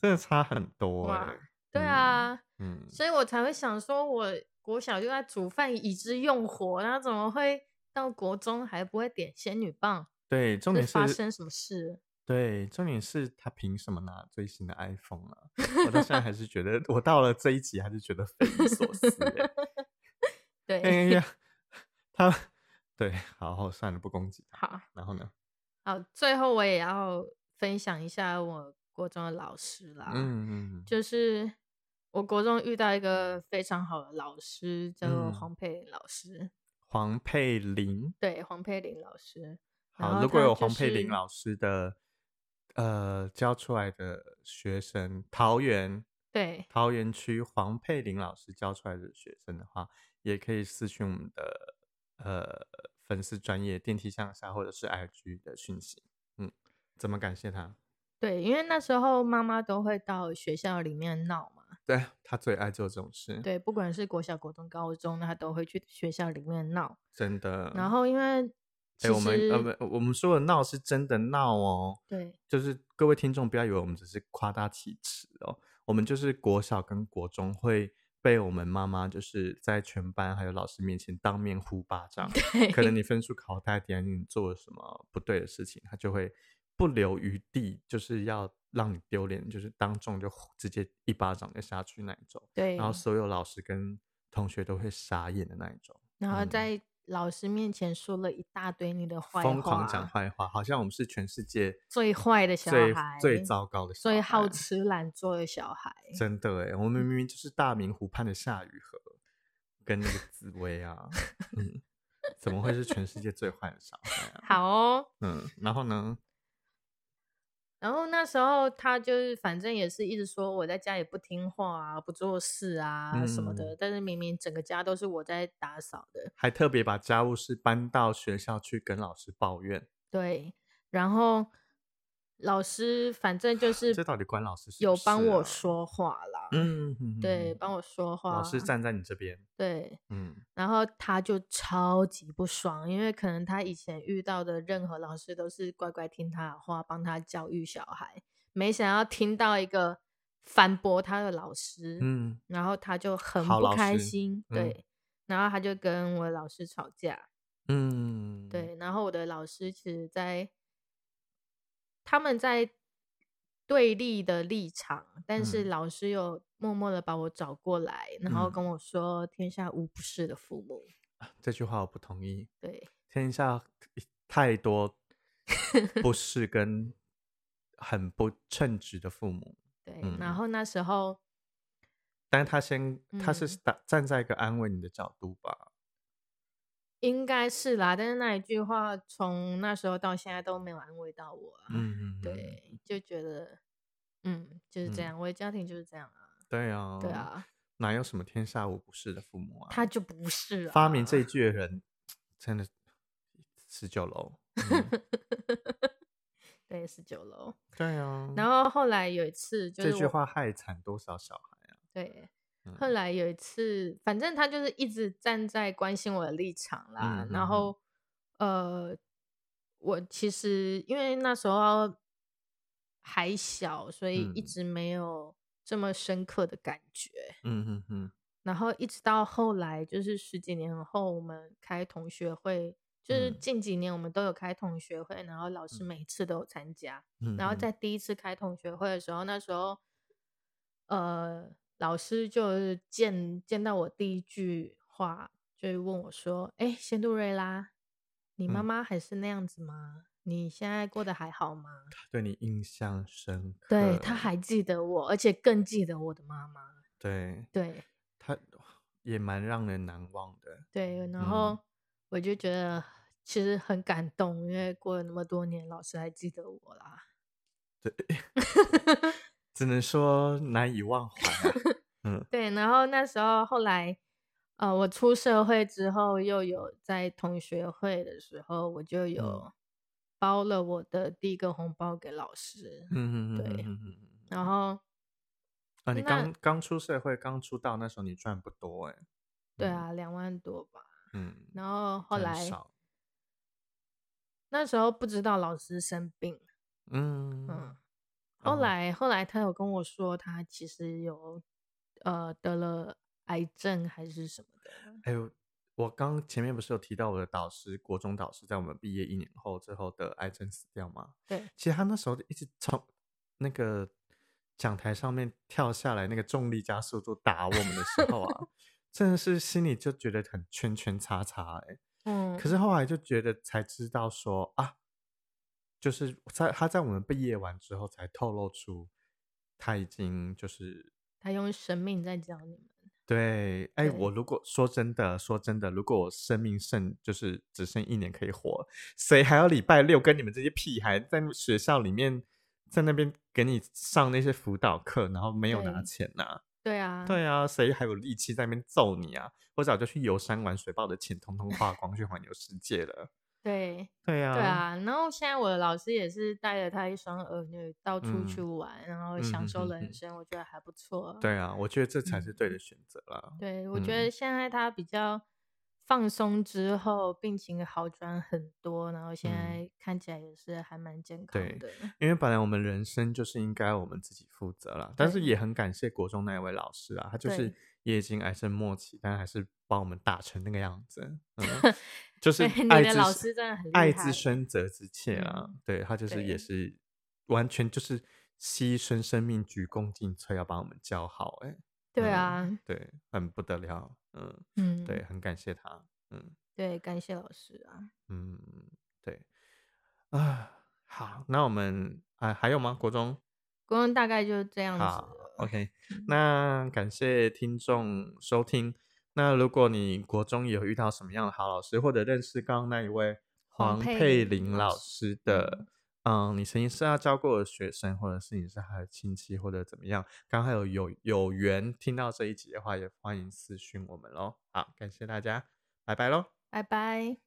Speaker 1: 真的差很多哎、
Speaker 2: 哇对
Speaker 1: 嗯
Speaker 2: 啊。
Speaker 1: 嗯，
Speaker 2: 所以我才会想说，我国小就在煮饭以之用火，那怎么会到国中还不会点仙女棒？
Speaker 1: 对，重
Speaker 2: 是
Speaker 1: 点
Speaker 2: 发
Speaker 1: 是
Speaker 2: 生什么事？
Speaker 1: 对，重点是他凭什么拿最新的 iPhone 啊？我到现在还是觉得，我到了这一集还是觉得匪夷所思、欸。
Speaker 2: 对，
Speaker 1: 哎 呀，他对，好，算了，不攻击他。
Speaker 2: 好
Speaker 1: 然后呢？
Speaker 2: 好，最后我也要分享一下我国中的老师啦，，
Speaker 1: 嗯嗯，
Speaker 2: 啊就是我国中遇到一个非常好的老师，叫做
Speaker 1: 嗯
Speaker 2: 黄佩玲老师，
Speaker 1: 黄佩玲。
Speaker 2: 对，黄佩玲老师。然
Speaker 1: 好，
Speaker 2: 后
Speaker 1: 如果
Speaker 2: 他
Speaker 1: 有
Speaker 2: 就
Speaker 1: 黄佩玲
Speaker 2: 是
Speaker 1: 老师的呃教出来的学生，桃园
Speaker 2: 对
Speaker 1: 桃园区黄佩玲老师教出来的学生的话，也可以私讯我们的呃粉丝专业电梯向下或者是 IG 的讯息。嗯，怎么感谢他？
Speaker 2: 对，因为那时候妈妈都会到学校里面闹嘛。
Speaker 1: 对他最爱做这种事，，
Speaker 2: 对，不管是国小、国中、高中，他都会去学校里面闹。
Speaker 1: 真的。
Speaker 2: 然后因为
Speaker 1: 嗯
Speaker 2: 其
Speaker 1: 哎、我们
Speaker 2: 实、
Speaker 1: 呃不，我们说的闹是真的闹哦，
Speaker 2: 对
Speaker 1: 就是各位听众不要以为我们只是夸大其词哦，我们就是国小跟国中会被我们妈妈就是在全班还有老师面前当面呼巴掌，
Speaker 2: 对，
Speaker 1: 可能你分数考太低，啊你做了什么不对的事情，他就会不留余地，就是要让你丢脸，就是当众就呼直接一巴掌就下去那一种，
Speaker 2: 对，
Speaker 1: 然后所有老师跟同学都会傻眼的那一种。
Speaker 2: 然后
Speaker 1: 嗯
Speaker 2: 在老师面前说了一大堆你的坏话，
Speaker 1: 疯狂讲坏话，好像我们是全世界
Speaker 2: 最坏的小
Speaker 1: 最
Speaker 2: 孩，
Speaker 1: 最糟糕的小孩，
Speaker 2: 最好嗯吃懒做的小孩。
Speaker 1: 真的哎，我们明明就是大明湖畔的夏雨荷跟那个紫薇啊，嗯，怎么会是全世界最坏的小孩啊？
Speaker 2: 好哦，
Speaker 1: 嗯，然后呢？
Speaker 2: 然后那时候他就是反正也是一直说我在家也不听话啊，不做事啊什么
Speaker 1: 嗯
Speaker 2: 的，但是明明整个家都是我在打扫的，
Speaker 1: 还特别把家务事搬到学校去跟老师抱怨，
Speaker 2: 对，然后老师反正就是
Speaker 1: 啊这到底关老师什么
Speaker 2: 有帮
Speaker 1: 事
Speaker 2: 我
Speaker 1: 啊
Speaker 2: 说话啦，
Speaker 1: 嗯，哼哼
Speaker 2: 对，
Speaker 1: 哼
Speaker 2: 帮我说话，
Speaker 1: 老师站在你这边，
Speaker 2: 对，
Speaker 1: 嗯，
Speaker 2: 然后他就超级不爽，因为可能他以前遇到的任何老师都是乖乖听他的话，帮他教育小孩，没想到听到一个反驳他的老师，
Speaker 1: 嗯，
Speaker 2: 然后他就很
Speaker 1: 好
Speaker 2: 不
Speaker 1: 老
Speaker 2: 开
Speaker 1: 师
Speaker 2: 心，
Speaker 1: 嗯
Speaker 2: 对，然后他就跟我老师吵架，
Speaker 1: 嗯，
Speaker 2: 对，然后我的老师其实在他们在对立的立场，但是
Speaker 1: 嗯
Speaker 2: 老师有默默的把我找过来，然后
Speaker 1: 嗯
Speaker 2: 跟我说：“天下无不是的父母。
Speaker 1: 这句话我不同意。”
Speaker 2: 对，
Speaker 1: 天下太多不是跟很不称职的父母，
Speaker 2: 对。
Speaker 1: 嗯
Speaker 2: 然后那时候，
Speaker 1: 但是他先他是
Speaker 2: 嗯
Speaker 1: 打站在一个安慰你的角度吧，
Speaker 2: 应该是啦，但是那一句话从那时候到现在都没有安慰到我、啊。
Speaker 1: 嗯，嗯，嗯
Speaker 2: 对，就觉得，嗯，就是这
Speaker 1: 嗯
Speaker 2: 样，我的家庭就是这样啊。
Speaker 1: 对啊，
Speaker 2: 对，啊，
Speaker 1: 哪有什么天下无不是的父母啊？
Speaker 2: 他就不是、啊、
Speaker 1: 发明这一句的人真的十九楼，嗯
Speaker 2: 对十九楼。
Speaker 1: 对啊，
Speaker 2: 然后后来有一次，就是
Speaker 1: 这句
Speaker 2: 我
Speaker 1: 话害惨多少小孩啊？
Speaker 2: 对，
Speaker 1: 嗯
Speaker 2: 后来有一次，反正他就是一直站在关心我的立场啦。
Speaker 1: 嗯嗯嗯
Speaker 2: 然后，呃，我其实因为那时候还小，所以一
Speaker 1: 嗯
Speaker 2: 直没有这么深刻的感觉。
Speaker 1: 嗯嗯嗯，
Speaker 2: 然后一直到后来，就是十几年后，我们开同学会，就是
Speaker 1: 嗯
Speaker 2: 近几年我们都有开同学会，然后老师每次都有参加。
Speaker 1: 嗯
Speaker 2: 然后
Speaker 1: 嗯
Speaker 2: 在第一次开同学会的时候，那时候，呃，老师就是见见到我第一句话，就是问我说：“哎、仙杜瑞拉，你妈
Speaker 1: 嗯
Speaker 2: 妈还是那样子吗？你现在过得还好吗
Speaker 1: 他对你印象深刻？”，
Speaker 2: 对，他还记得我，而且更记得我的妈妈。
Speaker 1: 对
Speaker 2: 对
Speaker 1: 他也蛮让人难忘的，
Speaker 2: 对，然
Speaker 1: 嗯
Speaker 2: 后我就觉得其实很感动，因为过了那么多年，老师还记得我啦。
Speaker 1: 只能说难以忘怀、啊。嗯
Speaker 2: 对，然后那时候后来呃，我出社会之后，又有在同学会的时候，我
Speaker 1: 嗯
Speaker 2: 就有包了我的第一个红包给老师，
Speaker 1: 嗯嗯嗯，
Speaker 2: 对
Speaker 1: 嗯嗯嗯嗯
Speaker 2: 然后
Speaker 1: 啊，你
Speaker 2: 那
Speaker 1: 刚刚出社会，刚出道那时候你赚不多哎、
Speaker 2: 对
Speaker 1: 嗯，
Speaker 2: 啊，两万多吧，
Speaker 1: 嗯，
Speaker 2: 然后后
Speaker 1: 很
Speaker 2: 来
Speaker 1: 少，
Speaker 2: 那时候不知道老师生病，
Speaker 1: 嗯
Speaker 2: 嗯，
Speaker 1: 哦
Speaker 2: 后来后来他有跟我说，他其实有呃得了癌症还是什么的，
Speaker 1: 哎呦，我刚前面不是有提到我的导师，国中导师在我们毕业一年后之后得癌症死掉吗？
Speaker 2: 对，
Speaker 1: 其实他那时候一直从那个讲台上面跳下来，那个重力加速度打我们的时候 啊，真的是心里就觉得很圈圈叉叉哎、
Speaker 2: 嗯，
Speaker 1: 可是后来就觉得才知道说啊，就是在他在我们毕业完之后才透露出他已经就是
Speaker 2: 他用生命在教你们，
Speaker 1: 对，哎，
Speaker 2: 对
Speaker 1: 我如果说真的，说真的，如果我生命剩就是只剩一年可以活，谁还要礼拜六跟你们这些屁孩在学校里面在那边给你上那些辅导课，然后没有拿
Speaker 2: 对
Speaker 1: 钱呐、
Speaker 2: 对啊，
Speaker 1: 对啊，谁还有力气在那边揍你啊？我早就去游山玩水，把我的钱通通花光去环游世界了。
Speaker 2: 对
Speaker 1: 对啊，
Speaker 2: 对，啊，然后现在我的老师也是带着他一双儿女到处
Speaker 1: 嗯
Speaker 2: 去玩，然后
Speaker 1: 嗯
Speaker 2: 享
Speaker 1: 哼
Speaker 2: 受
Speaker 1: 哼
Speaker 2: 人
Speaker 1: 哼
Speaker 2: 生，我觉得还不错。
Speaker 1: 对啊，我觉得这才是对
Speaker 2: 嗯
Speaker 1: 的选择啦。
Speaker 2: 对，我觉
Speaker 1: 嗯
Speaker 2: 得现在他比较放松之后，病情好转很多，然后
Speaker 1: 嗯
Speaker 2: 现在看起来也是还蛮健康
Speaker 1: 对
Speaker 2: 的。
Speaker 1: 因为本来我们人生就是应该我们自己负责啦，但是
Speaker 2: 对
Speaker 1: 也很感谢国中那一位老师啊，他就是
Speaker 2: 对
Speaker 1: 也已经癌症末期，但还是把我们打成那个样子， 嗯，就是
Speaker 2: 对你
Speaker 1: 爱
Speaker 2: 的
Speaker 1: 之
Speaker 2: 老
Speaker 1: 深
Speaker 2: 师真的很厉
Speaker 1: 爱
Speaker 2: 害
Speaker 1: 之深责之切啦，
Speaker 2: 嗯
Speaker 1: 对他就是也
Speaker 2: 对
Speaker 1: 是完全就是牺牲生命鞠躬尽瘁要把我们教好、欸，哎，
Speaker 2: 对
Speaker 1: 嗯
Speaker 2: 啊，
Speaker 1: 对，很不得了，嗯，
Speaker 2: 嗯，
Speaker 1: 对，很感谢他，嗯。
Speaker 2: 对，感谢老师啊。
Speaker 1: 嗯，对啊，好，那我们啊还有吗？国中
Speaker 2: 国文大概就是这样子
Speaker 1: 好
Speaker 2: 了。
Speaker 1: ，OK，
Speaker 2: 嗯
Speaker 1: 那感谢听众收听。那如果你国中有遇到什么样的好老师，或者认识刚刚那一位
Speaker 2: 黄
Speaker 1: 黄
Speaker 2: 佩
Speaker 1: 佩
Speaker 2: 玲
Speaker 1: 玲
Speaker 2: 老
Speaker 1: 老
Speaker 2: 师
Speaker 1: 师的，嗯你曾经是他教过的学生，或者是你是他的亲戚，或者怎么样，刚好有有有缘听到这一集的话，也欢迎私讯我们喽。好，感谢大家，拜拜喽。
Speaker 2: 拜拜。